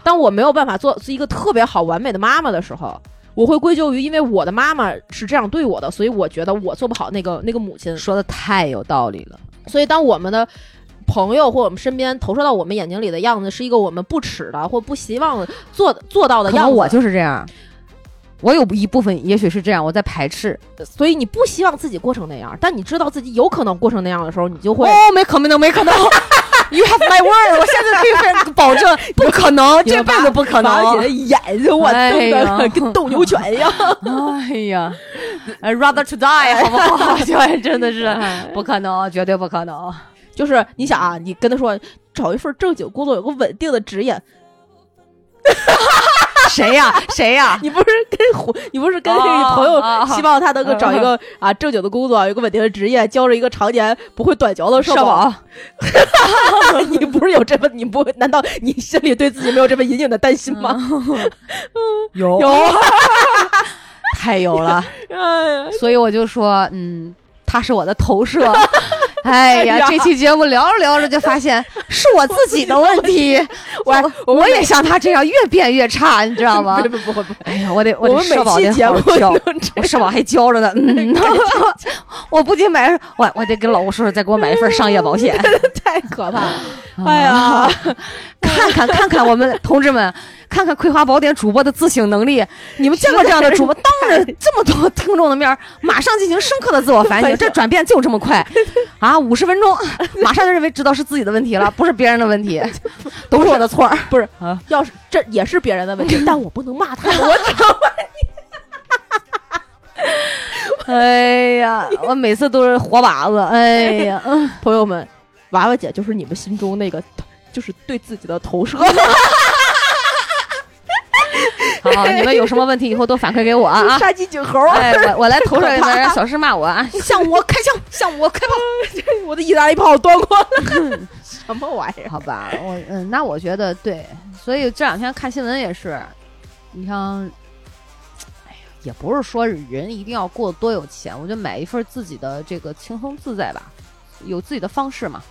S2: 当我没有办法做做一个特别好、完美的妈妈的时候，我会归咎于因为我的妈妈是这样对我的，所以我觉得我做不好那个那个母亲。
S3: 说的太有道理了。
S2: 所以，当我们的朋友或我们身边投射到我们眼睛里的样子，是一个我们不耻的或不希望做做到的
S3: 可
S2: 样
S3: 能
S2: 子。
S3: 我就是这样，我有一部分也许是这样，我在排斥。
S2: 所以你不希望自己过成那样，但你知道自己有 可能过成那样的时候，你就会
S3: 哦，没可能，没可能。You have my word，我现在可以非常保 证不可能，
S2: 你
S3: 这
S2: 们
S3: 辈
S2: 把
S3: 子不可
S2: 把
S3: 能
S2: 你的。眼睛我
S3: 哎
S2: 瞪
S3: 呀
S2: 得跟斗牛犬一 样。
S3: 哎呀，I rather to die，好不 好？ 就真的是
S2: 哎
S3: 不可能，绝对不可能。
S2: 就是你想啊，你跟他说找一份正经工作，有个稳定的职业，
S3: 谁呀？谁 呀？
S2: 你不是跟胡，你不是跟那个
S3: 哦
S2: 朋友
S3: 哦哦
S2: 希望他能够找一个啊正经的工作，有个稳定的职业，交着一个常年不会短脚的社
S3: 社
S2: 保。
S3: 保
S2: 你不是有这么，你不会？难道你心里对自己没有这么隐隐的担心吗？
S3: 有
S2: 嗯有，
S3: 太有了。
S2: 哎
S3: 所以我就说，嗯，他是我的投 射。哎
S2: 哎
S3: 呀，
S2: 呀
S3: 这期节目聊着聊着就发现是我自己的问题，
S2: 我
S3: 我我也像他这样越变越差，你知道吗
S2: 不？不不不不，
S3: 哎呀，我得
S2: 我
S3: 得
S2: 们
S3: 社保
S2: 每
S3: 得
S2: 期节
S3: 好
S2: 目
S3: 好交，
S2: 都这
S3: 我社保还交着呢。 嗯， 我不仅买，我我得给老吴说说，再给我买一份商业保险。
S2: 太可怕 了！哎呀，
S3: 看看看看我们同志们， 看看《葵花宝典》主播的自省能力。你们见过这样的主播，当着这么多听众的面儿，马上进行深刻的自我反 省，这转变就这么 快啊！五十分钟， 马上就认为知道是自己的问题了，不是别人的问 题，都是我的错儿。
S2: 不是
S3: 啊，
S2: 要是这也是别人的问题，但我不能骂他，我只
S3: 哎呀，我每次都是活靶子，哎呀，嗯
S2: 朋友们，娃娃姐就是你们心中那个， 就是对自己的投射。
S3: 好，你们有什么问题以后都反馈给我啊 啊！
S2: 杀鸡儆猴，
S3: 哎，我我来投射 一下，让小诗骂我啊！ 向我开枪，向我开炮。
S2: 我的意大利炮端过来， 什么玩意儿？
S3: 好吧，我嗯，那我觉得对，所以这两天看新闻也是，你像，哎呀，也不是说人一定要过得多有钱，我就买一份自己的这个轻松自在吧，有自己的方式嘛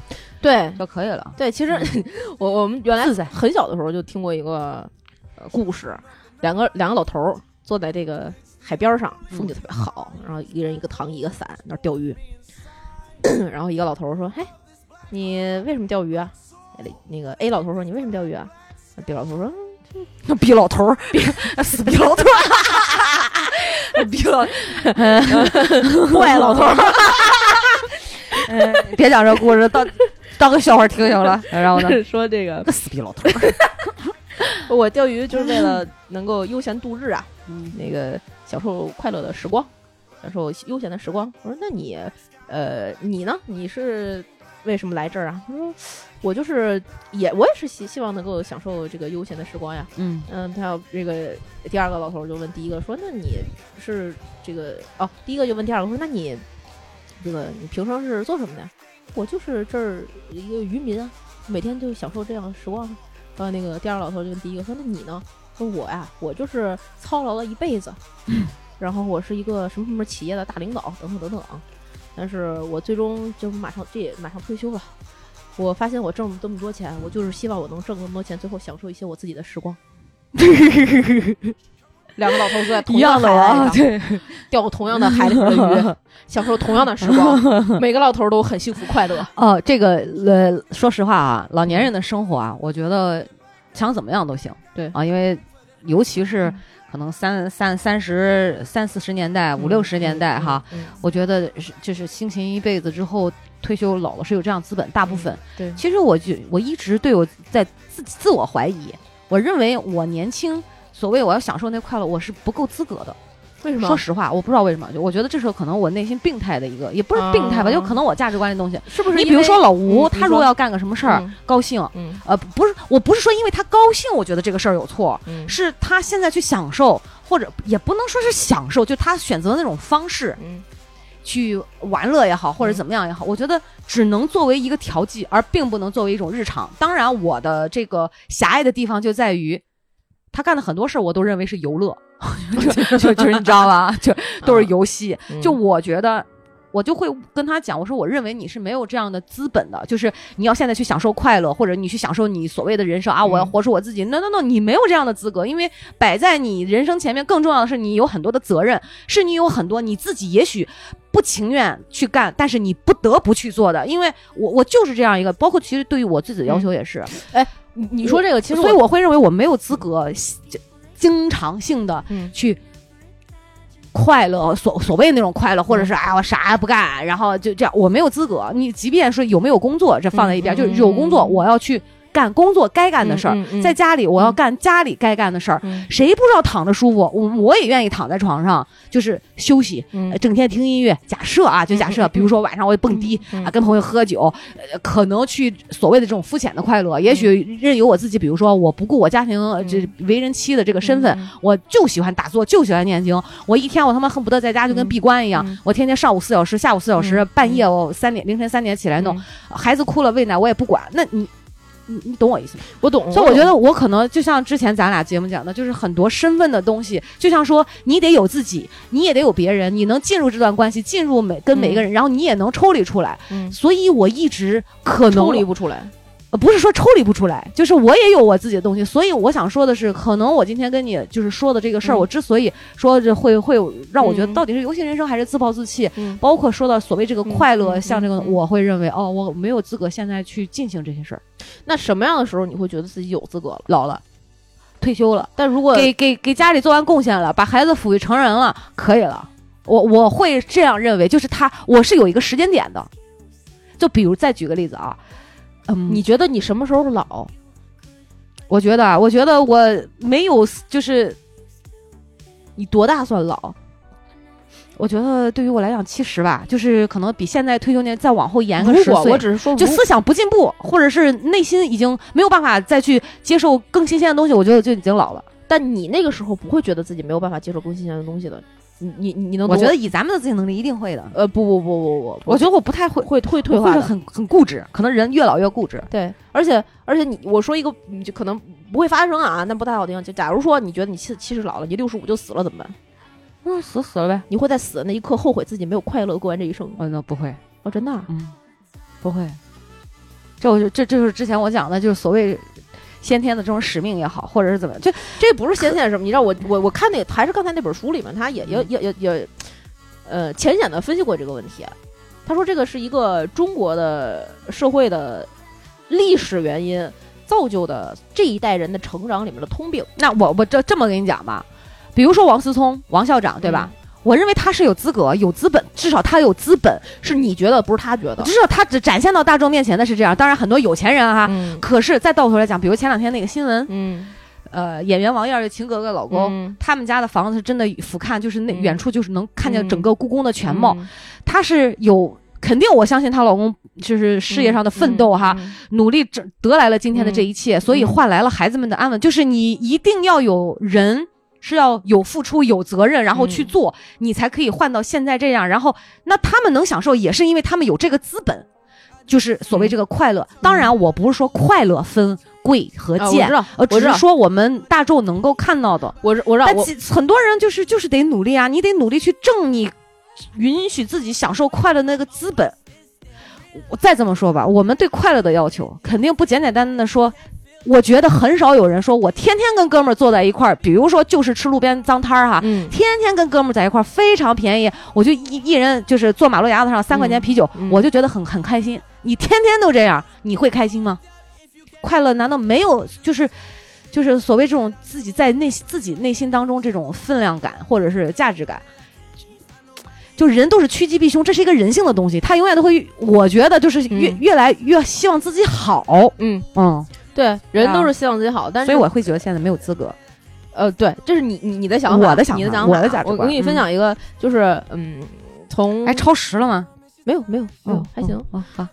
S2: 对
S3: 就可以了。
S2: 对，其实 我我们原来很小的时候就听过一个呃故事，两个两个老头儿坐在这个海边儿上，风景特别好，然后一人一个糖一个伞，那儿钓鱼。 然后一个老头儿说：“嘿，你为什么钓鱼啊？”那个 A 老头儿说：“你为什么钓鱼啊？”B 老头儿说：“嗯
S3: 那逼老 头儿，死逼老头儿， 逼老
S2: 坏老 头儿，
S3: 别讲这故事，当当个笑话听行了。然后呢，
S2: 说这个
S3: 个死逼老头儿，
S2: 我钓鱼就是为了能够悠闲度日啊，
S3: 嗯
S2: 那个享受快乐的时光，享受悠闲的时光。我说那你，呃，你呢？你是为什么来这儿啊？他说我就是也我也是希希望能够享受这个悠闲的时光呀。
S3: 嗯
S2: 嗯，他要这个第二个老头儿就问第一个说，那你是这个哦？第一个就问第二个说，那你这个你平常是做什么的呀？我就是这儿一个渔民啊，每天就享受这样的时光啊。然后那个第二个老头儿就问第一个说，那你呢？说我呀，我就是操劳了一辈子，
S3: 嗯
S2: 然后我是一个什么什么企业的大领导，等等等等啊。但是我最终就马上这也马上退休了。我发现我挣这么多钱，我就是希望我能挣这么多钱，最后享受一些我自己 的时光。两个老头子在同样的海
S3: 啊
S2: 里，
S3: 对，
S2: 钓同样的海里的 鱼，享受同样的时光，每个老头儿都很幸福快乐。
S3: 哦，这个呃，说实话啊，老年人的生活啊，我觉得想怎么样都行。
S2: 对
S3: 啊，因为尤其是可能三三三十三四十年代、五六十年代哈，
S2: 嗯，
S3: 我觉得是就是辛勤一辈子之后退休老了是有这样资本，
S2: 嗯
S3: 大部分。
S2: 对
S3: 其实我就我一直对我在自自我怀疑，我认为我年轻。所谓我要享受那快乐，我是不够资格的。
S2: 为什么？
S3: 说实话，我不知道为什么，就我觉得这是可能我内心病态的一个，也不是病态吧，
S2: 啊
S3: 就可能我价值观的东西。
S2: 是不是因为？
S3: 你比如说老吴，
S2: 嗯你
S3: 他如
S2: 说
S3: 果要干个什么事儿、
S2: 嗯
S3: 高兴，
S2: 嗯
S3: 呃，不是，我不是说因为他高兴，我觉得这个事儿有错，
S2: 嗯
S3: 是他现在去享受，或者也不能说是享受，就他选择那种方式
S2: 嗯，
S3: 去玩乐也好，或者
S2: 嗯
S3: 怎么样也好，我觉得只能作为一个调剂，而并不能作为一种日常。当然，我的这个狭隘的地方就在于。他干的很多事儿，我都认为是游乐， 就就就是你知道吧，就都是游戏。
S2: 嗯
S3: 就我觉得，我就会跟他讲，我说我认为你是没有这样的资本的，就是你要现在去享受快乐，或者你去享受你所谓的人生啊，我要
S2: 嗯
S3: 活出我自己。No No No，你没有这样的资格，因为摆在你人生前面更重要的是，你有很多的责任，是你有很多你自己也许。不情愿去干，但是你不得不去做的，因为我我就是这样一个，包括其实对于我自己的要求也是，
S2: 嗯
S3: 哎
S2: 你你说这个，其实
S3: 所以
S2: 我
S3: 我会认为我没有资格经经常性的
S2: 嗯
S3: 去快乐，所所谓那种快乐，或者
S2: 嗯
S3: 是哎我啥也不干，然后就这样，我没有资格。你即便说有没有工作，这放在一边，
S2: 嗯
S3: 就是有工作，
S2: 嗯
S3: 我要去干工作该干的事儿，
S2: 嗯嗯嗯
S3: 在家里我要干家里该干的事儿。
S2: 嗯
S3: 谁不知道躺着舒服？我我也愿意躺在床上，就是休息，
S2: 嗯
S3: 呃整天听音乐。假设啊，就假设，比如说晚上我蹦迪、
S2: 嗯
S3: 啊，跟朋友喝酒，呃，可能去所谓的这种肤浅的快
S2: 嗯
S3: 乐，也许任由我自己，比如说我不顾我家庭呃这
S2: 嗯
S3: 为人妻的这个身份，我就喜欢打坐，就喜欢念经。我一天我他妈恨不得在家就跟闭关一样，
S2: 嗯
S3: 我天天上午四小时，下午四小时，
S2: 嗯
S3: 半夜我三点凌晨三点起来弄，
S2: 嗯
S3: 孩子哭了喂奶我也不管。那你。你你懂我意思吗？
S2: 我懂，
S3: 所以我觉
S2: 懂
S3: 得我可能就像之前咱俩节目讲的，就是很多身份的东西，就像说你得有自己，你也得有别人，你能进入这段关系，进入每跟每一个人，然后你也能抽离出来。
S2: 嗯
S3: 所以我一直可能
S2: 抽离不出来，
S3: 呃不是说抽离不出来，就是我也有我自己的东西。所以我想说的是，可能我今天跟你就是说的这个事儿，
S2: 嗯
S3: 我之所以说这会会有让我觉得
S2: 嗯
S3: 到底是游戏人生还是自暴自弃，
S2: 嗯
S3: 包括说到所谓这个
S2: 嗯
S3: 快乐，
S2: 嗯
S3: 像这个、
S2: 嗯嗯
S3: 我会认为哦，我没有资格现在去进行这些事儿，
S2: 那什么样的时候你会觉得自己有资格了？
S3: 老了，退休了。
S2: 但如果
S3: 给给给家里做完贡献了，把孩子抚育成人了，可以了。我我会这样认为，就是他，我是有一个时间点的。就比如再举个例子啊，嗯，
S2: 你觉得你什么时候老？
S3: 我觉得啊，我觉得我没有，就是
S2: 你多大算老？
S3: 我觉得对于我来讲，七十吧，就是可能比现在退休年再往后延个
S2: 如
S3: 十
S2: 果
S3: 岁
S2: 我，只是说，
S3: 就思想不进步，或者是内心已经没有办法再去接受更新鲜的东西，我觉得就已经老了。
S2: 但你那个时候不会觉得自己没有办法接受更新鲜的东西的。你你你能
S3: 我
S2: 懂？
S3: 觉得以咱们的自己能力，一定会的。
S2: 呃不不不不不，
S3: 我觉得我不太会
S2: 会退退
S3: 退
S2: 化
S3: 化
S2: 的
S3: 的，很很固执，可能人越老越固执。
S2: 对，而且而且你我说一个，你就可能不会发生啊，那不太好听。就假如说你觉得你七七十老了，你六十五就死了怎么办？
S3: 嗯，死死了呗。
S2: 你会在死的那一刻后悔自己没有快乐地过完这一生吗？
S3: 哦，那不会，
S2: 哦，真的啊、
S3: 嗯，不会。这我就这这就是之前我讲的，就是所谓先天的这种使命也好，或者是怎么，就
S2: 这不是先天什么？你知道我我我看那个还是刚才那本书里面，他也也
S3: 嗯
S2: 也也也，呃，浅显的分析过这个问题。他说这个是一个中国的社会的历史原因造就的这一代人的成长里面的通病，
S3: 那我我这这么跟你讲吧，比如说王思聪王校长对吧？我认为他是有资格、有资本，至少他有资本，
S2: 是你觉得不是他觉得
S3: 至。少他只展现到大众面前的是这样。当然，很多有钱人哈、
S2: 嗯
S3: 可是再倒头来讲，比如前两天那个新闻，
S2: 嗯，
S3: 呃，演员王燕儿的秦格格老公，
S2: 嗯
S3: 他们家的房子是真的俯瞰，就是那
S2: 嗯
S3: 远处就是能看见
S2: 嗯
S3: 整个故宫的全貌。，
S2: 啊
S3: 她是有肯定，我相信她老公就是事业上的奋斗哈，
S2: 嗯
S3: 努力挣得来了今天的这一切，所以换来了孩子们的安稳。就是你一定要有人是要有付出、有责任，然后去做，你才可以换到现在这
S2: 嗯
S3: 样。然后那他们能享受，也是因为他们有这个资本。就是所
S2: 嗯
S3: 谓这个快乐，当然我不是说快乐分贵和
S2: 啊我
S3: 贱
S2: 知，道，
S3: 呃，
S2: 我
S3: 只
S2: 知
S3: 是
S2: 道，
S3: 说我们大众能够看到的。
S2: 我知我知道，
S3: 但
S2: 我
S3: 其很多人就是就是得努力啊，你得努力去挣你允许自己享受快乐那个资本。我再这么说吧，我们对快乐的要求肯定不简简单单的说。我觉得很少有人说我天天跟哥们儿坐在一块儿，比如说就是吃路边脏摊儿哈，
S2: 嗯
S3: 天天跟哥们儿在一块儿非常便宜，我就一一人就是坐马路牙子上三块钱
S2: 嗯
S3: 啤酒，
S2: 嗯
S3: 我就觉得很很开心。你天天都这样，你会开心吗？快乐难道没有就是就是所谓这种自己在内自己内心当中这种分量感或者是价值感？就人都是趋吉避凶，这是一个人性的东西，他永远都会，我觉得就是越、
S2: 嗯
S3: 越来越希望自己好，
S2: 嗯，
S3: 嗯，
S2: 对，人
S3: 啊
S2: 都是希望自己好，但
S3: 所
S2: 是
S3: 以我会觉得现在没有资格，
S2: 呃，对，这是你你你的想法，
S3: 我的想
S2: 你的
S3: 法
S2: 想
S3: 我
S2: 法
S3: 的价值
S2: 我
S3: 观
S2: 给你分
S3: 嗯
S2: 享一个，就是嗯，从
S3: 哎，超时了吗？
S2: 没有没有没有
S3: 哦，
S2: 还行。，
S3: 哦，好，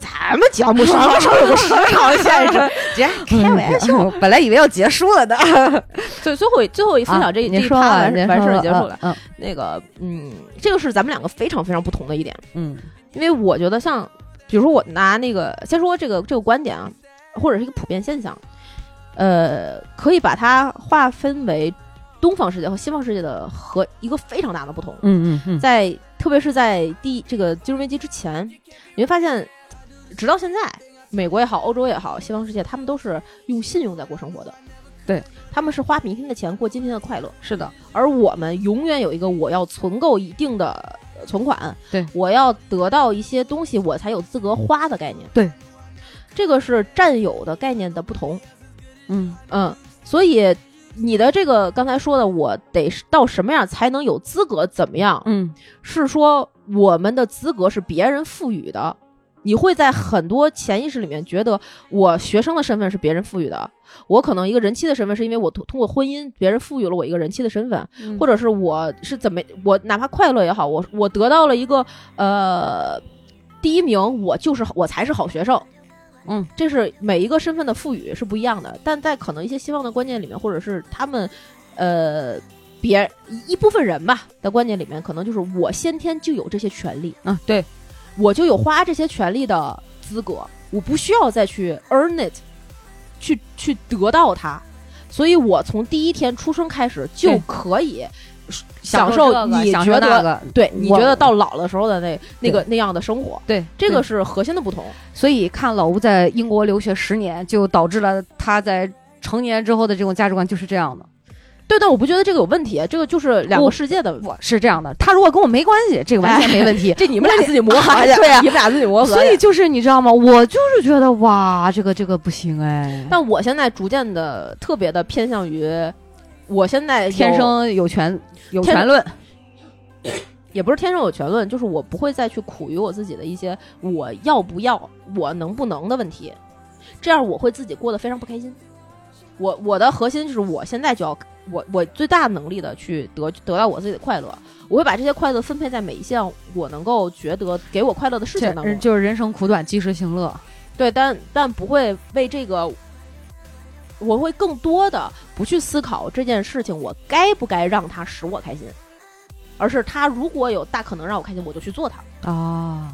S2: 咱们节目什么时候有个时长限制？别开玩笑。
S3: 笑，本来以为要结束了的，
S2: 最最后一最后一分享这
S3: 你
S2: 这一
S3: 说
S2: 趴
S3: 啊
S2: 完
S3: 你说
S2: 事完事儿
S3: 啊
S2: 结束了。
S3: 嗯
S2: 那个嗯，这个是咱们两个非常非常不同的一点，
S3: 嗯
S2: 因为我觉得像比如说我拿那个先说这个这个观点啊，或者是一个普遍现象，呃，可以把它划分为东方世界和西方世界的和一个非常大的不同。
S3: 嗯嗯
S2: 在特别是在第这个金融危机之前，你会发现，直到现在，美国也好，欧洲也好，西方世界，他们都是用信用在过生活的。
S3: 对，
S2: 他们是花明天的钱过今天的快乐，
S3: 是的，
S2: 而我们永远有一个我要存够一定的呃存款，
S3: 对
S2: 我要得到一些东西，我才有资格花的概念。
S3: 对，
S2: 这个是占有的概念的不同。
S3: 嗯
S2: 嗯，所以你的这个刚才说的，我得是到什么样才能有资格怎么样？
S3: 嗯
S2: 是说我们的资格是别人赋予的，你会在很多潜意识里面觉得，我学生的身份是别人赋予的，我可能一个人妻的身份是因为我通通过婚姻，别人赋予了我一个人妻的身份，
S3: 嗯
S2: 或者是我是怎么，我哪怕快乐也好，我我得到了一个呃第一名，我就是我才是好学生。
S3: 嗯，
S2: 这是每一个身份的赋予是不一样的，但在可能一些西方的观念里面，或者是他们呃别一一部分人吧的观念里面，可能就是我先天就有这些权利，
S3: 啊，对，
S2: 我就有花这些权利的资格，我不需要再去 earn it，去去得到它，所以我从第一天出生开始就
S3: 对
S2: 可以
S3: 享
S2: 享受
S3: 这个
S2: 你
S3: 享
S2: 觉
S3: 受那
S2: 得
S3: 个，
S2: 对你
S3: 我
S2: 觉得到老的时候的那那个那样的生活，
S3: 对
S2: 这
S3: 对
S2: 个是核心的不同。
S3: 所以看老吴在英国留学十年，就导致了他在成年之后的这种价值观就是这样的。
S2: 对，但我不觉得这个有问题，这个就是两
S3: 我
S2: 个世界的。哎
S3: 我是这样的，他如果跟我没关系，这个完全没问题。
S2: 这你们俩自己磨合
S3: 哎
S2: 去，
S3: 对呀
S2: 你们俩自己磨合去。
S3: 所以就是你知道吗？我就是觉得哇，这个这个不行哎，
S2: 但我现在逐渐的特别的偏向于，我现在有
S3: 天生有权有
S2: 天
S3: 权论，
S2: 也不是天生有权论，就是我不会再去苦于我自己的一些我要不要、我能不能的问题，这样我会自己过得非常不开心。我我的核心就是我现在就要我我最大能力的去得得到我自己的快乐，我会把这些快乐分配在每一项我能够觉得给我快乐的事情当
S3: 这
S2: 中。
S3: 就是人生苦短，及时行乐。
S2: 对，但但不会为这个，我会更多的不去思考这件事情，我该不该让它使我开心，而是它如果有大可能让我开心，我就去做它。
S3: 啊，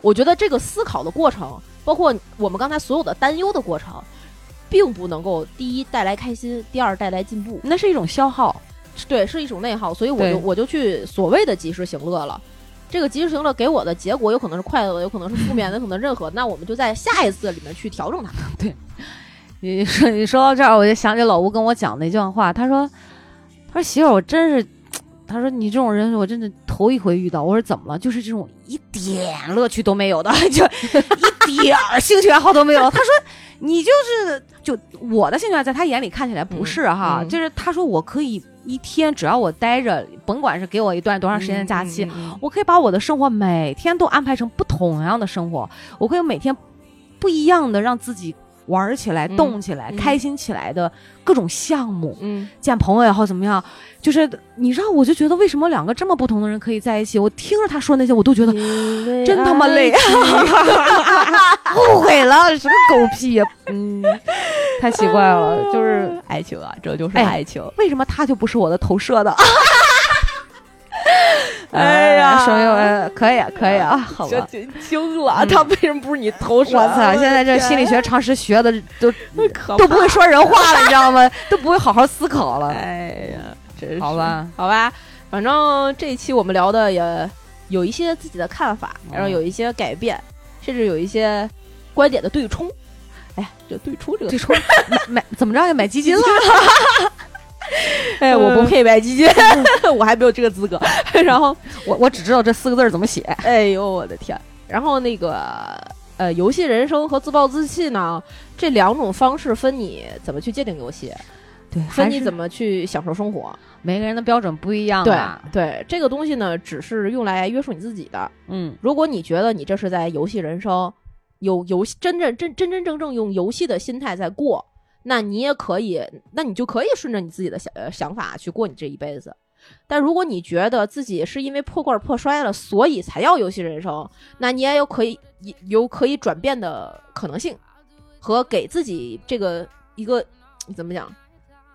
S2: 我觉得这个思考的过程，包括我们刚才所有的担忧的过程，并不能够第一带来开心，第二带来进步，
S3: 那是一种消耗。
S2: 对，是一种内耗。所以我
S3: 对
S2: 就我就去所谓的及时行乐了。这个及时行乐给我的结果有可能是快乐的，有可能是负面的，有可能任何。那我们就在下一次里面去调整它。
S3: 你 说你说到这儿，我就想起老吴跟我讲的一段话，他说：“他说媳妇儿，我真是，他说你这种人，我真的头一回遇到。”我说：“怎么了？就是这种一点乐趣都没有的， 就一点儿兴趣爱好都没有。”他说：“你就是就我的兴趣爱好，在他眼里看起来不是哈，
S2: 嗯嗯
S3: 就是他说我可以一天只要我待着，甭管是给我一段多长时间的假期，
S2: 嗯嗯嗯
S3: 我可以把我的生活每天都安排成不同样的生活，我可以每天不一样的让自己玩儿起来、
S2: 嗯
S3: 动起来、
S2: 嗯
S3: 开心起来的各种项目，
S2: 嗯，
S3: 见朋友也好怎么样，就是你知道，我就觉得为什么两个这么不同的人可以在一起？我听着他说那些，我都觉得真他妈累， 后悔了，什么狗屁呀、嗯， 太奇怪了，就是
S4: 爱情啊，这就是
S3: 哎
S4: 爱情。
S3: 为什么他就不是我的 投射的？哎说明我可以啊可以啊，好
S4: 哎这
S3: 吧。
S4: 真惊了，
S3: 嗯
S4: 他为什么不是你投
S3: 我
S4: 射？
S2: 啊
S3: 操！现在这心理学常识学的都
S4: 太可
S3: 都
S4: 怕
S3: 不会说人话了，你知道吗？都不会好好思考了。
S4: 哎呀，真是
S3: 好，吧，
S2: 好吧，反正这一期我们聊的也有一些自己的看法，
S3: 哦
S2: 然后有一些改变，甚至有一些观点的对冲。哎，这对冲 这个
S3: 最，初买买怎么着也买基金了，
S2: 哎，
S3: 嗯
S2: 我不配买 基金，我还没有这个资格。然后，
S3: 我我只知道这四个字儿怎么写。
S2: 哎呦我的天！然后那个呃，游戏人生和自暴自弃呢，这两种方式分你怎么去界定游戏，
S3: 对，
S2: 分你怎
S3: 么
S2: 么去享受生活。
S3: 每个人的标准不一样
S2: 对
S3: 啊？
S2: 对，这个东西呢，只是用来约束你自己的。
S3: 嗯，
S2: 如果你觉得你这是在游戏人生，有游戏真正真真真正正用游戏的心态在过，那你也可以，那你就可以顺着你自己的想呃想法去过你这一辈子。但如果你觉得自己是因为破罐破摔了，所以才要游戏人生，那你也有可以有可以转变的可能性，和给自己这个一个怎么讲，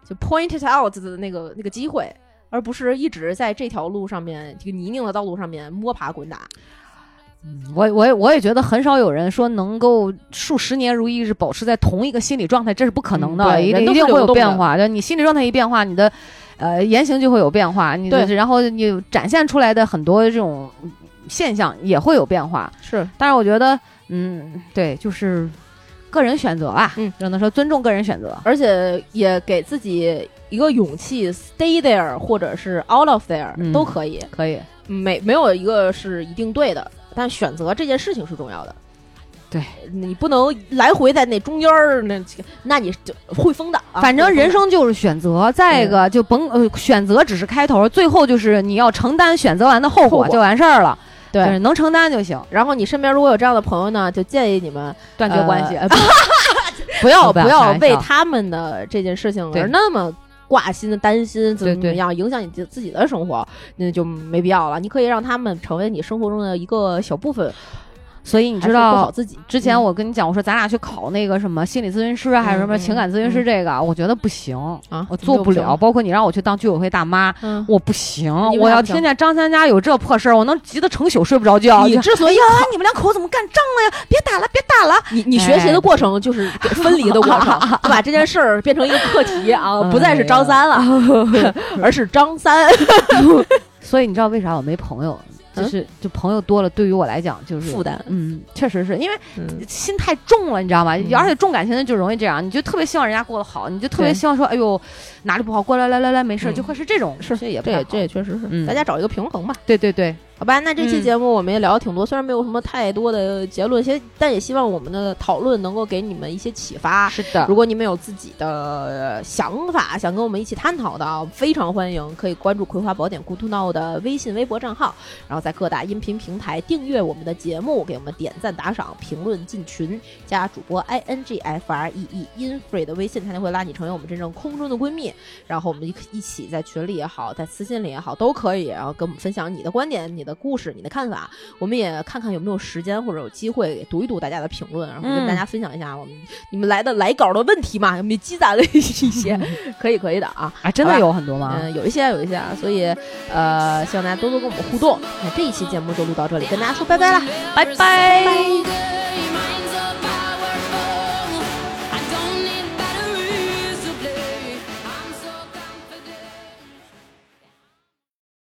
S2: 就 point it out 的那个那个机会，而不是一直在这条路上面这个泥泞的道路上面摸爬滚打。
S3: 我我也我也觉得很少有人说能够数十年如一日保持在同一个心理状态，这是不可能的，
S2: 嗯对
S3: 一
S2: 人
S3: 定
S2: 都
S3: 一定
S2: 是
S3: 会
S2: 流
S3: 有
S2: 动的
S3: 变化。就你心理状态一变化，你的呃言行就会有变化，你的
S2: 对
S3: 然后你展现出来的很多这种现象也会有变化。
S2: 是，
S3: 但是我觉得，嗯，对，就是个人选择啊，
S2: 嗯，
S3: 只能说尊重个人选择。
S2: 而且也给自己一个勇气，stay there 或者是 out of there、
S3: 嗯
S2: 都可以，
S3: 可以，
S2: 没没有一个是一定对的，但选择这件事情是重要的。
S3: 对
S2: 你不能来回在那中间儿，那那你就会疯的啊、
S3: 反正
S2: 会疯的
S3: 人生就是选择。再一个，就甭呃，选择只是开头，最后就是你要承担选择完的后
S2: 后
S3: 果
S2: 果
S3: 就完事儿了。
S2: 对
S3: 就是能承担就行，
S2: 然后你身边如果有这样的朋友呢，就建议你们
S3: 断绝关系。
S2: 呃呃 不不要
S3: 我不
S2: 不
S3: 要开
S2: 要
S3: 玩
S2: 为
S3: 笑
S2: 他们的这件事情
S3: 对
S2: 而那么挂心的担心，怎么
S3: 对
S2: 怎
S3: 对
S2: 么样影响你自自己的生活，那就没必要了。你可以让他们成为你生活中的一个小部分，
S3: 所以你
S2: 还
S3: 知
S2: 是过
S3: 道
S2: 好自己。
S3: 之前
S2: 嗯
S3: 我跟你讲，我说咱俩去考那个什么心理咨询师啊，还有什么
S2: 嗯
S3: 情感咨询师
S2: 嗯
S3: 这个，我觉得不行，
S2: 啊，
S3: 我做不了。。包括你让我去当居委会大妈，
S2: 嗯，
S3: 我不行。
S2: 你为
S3: 我
S2: 啥
S3: 要
S2: 不行
S3: 听见张三家有这破事儿，我能急得成宿睡不着觉。
S2: 你
S3: 就
S2: 之所以
S3: 哎呀，你们两口子怎么干仗了呀？别打了，别打了。
S2: 你你学习的过程就是分离的过程， 就哎把这件事儿变成一个课题啊，不再是张三
S3: 哎
S2: 了， 而是张三。
S3: 所以你知道为啥我没朋友？就是就朋友多了，对于我来讲就是
S2: 嗯负担
S3: 嗯，确实是因为
S2: 嗯
S3: 心太重了，你知道吗？
S2: 嗯
S3: 而且重感情的就容易这样，你就特别希望人家过得好，你就特别
S2: 对
S3: 希望说，哎呦，哪里不好，过来来来来，没事儿，
S2: 嗯
S3: 就会是这种，
S2: 是
S3: 这也不
S2: 这
S3: 太
S2: 也
S3: 好
S2: 这也确实是，
S3: 嗯
S2: 大家找一个平衡吧。
S3: 对对对，
S2: 好吧，那这期
S3: 嗯
S2: 节目我们也聊了挺多，虽然没有什么太多的结论，先但也希望我们的讨论能够给你们一些启发。
S3: 是的
S2: 如，果你们有自己的呃想法，想跟我们一起探讨的啊，非常欢迎，可以关注《葵花宝典 Good to Know》的微信、微博账号，然后在各大音频平台订阅我们的节目，给我们点赞、打赏、评论、进群，加主播 i n g f r e e in free 的微信，才能会拉你成为我们真正空中的闺蜜。然后我们一起在群里也好，在私信里也好，都可以，然后跟我们分享你的观点、你的故事、你的看法。我们也看看有没有时间或者有机会读一读大家的评论，然后跟
S3: 嗯
S2: 大家分享一下我们你们来的来稿的问题嘛，有没有积攒了一些？可以，可以的啊。
S3: 哎，真
S2: 好
S3: 的
S2: 吧
S3: 有很多吗？
S2: 嗯，有一些，有一些啊，所以呃，哎希望大家多多跟我们互动。那这一期节目就录到这里，跟大家说拜拜啦，拜拜。
S5: Bye.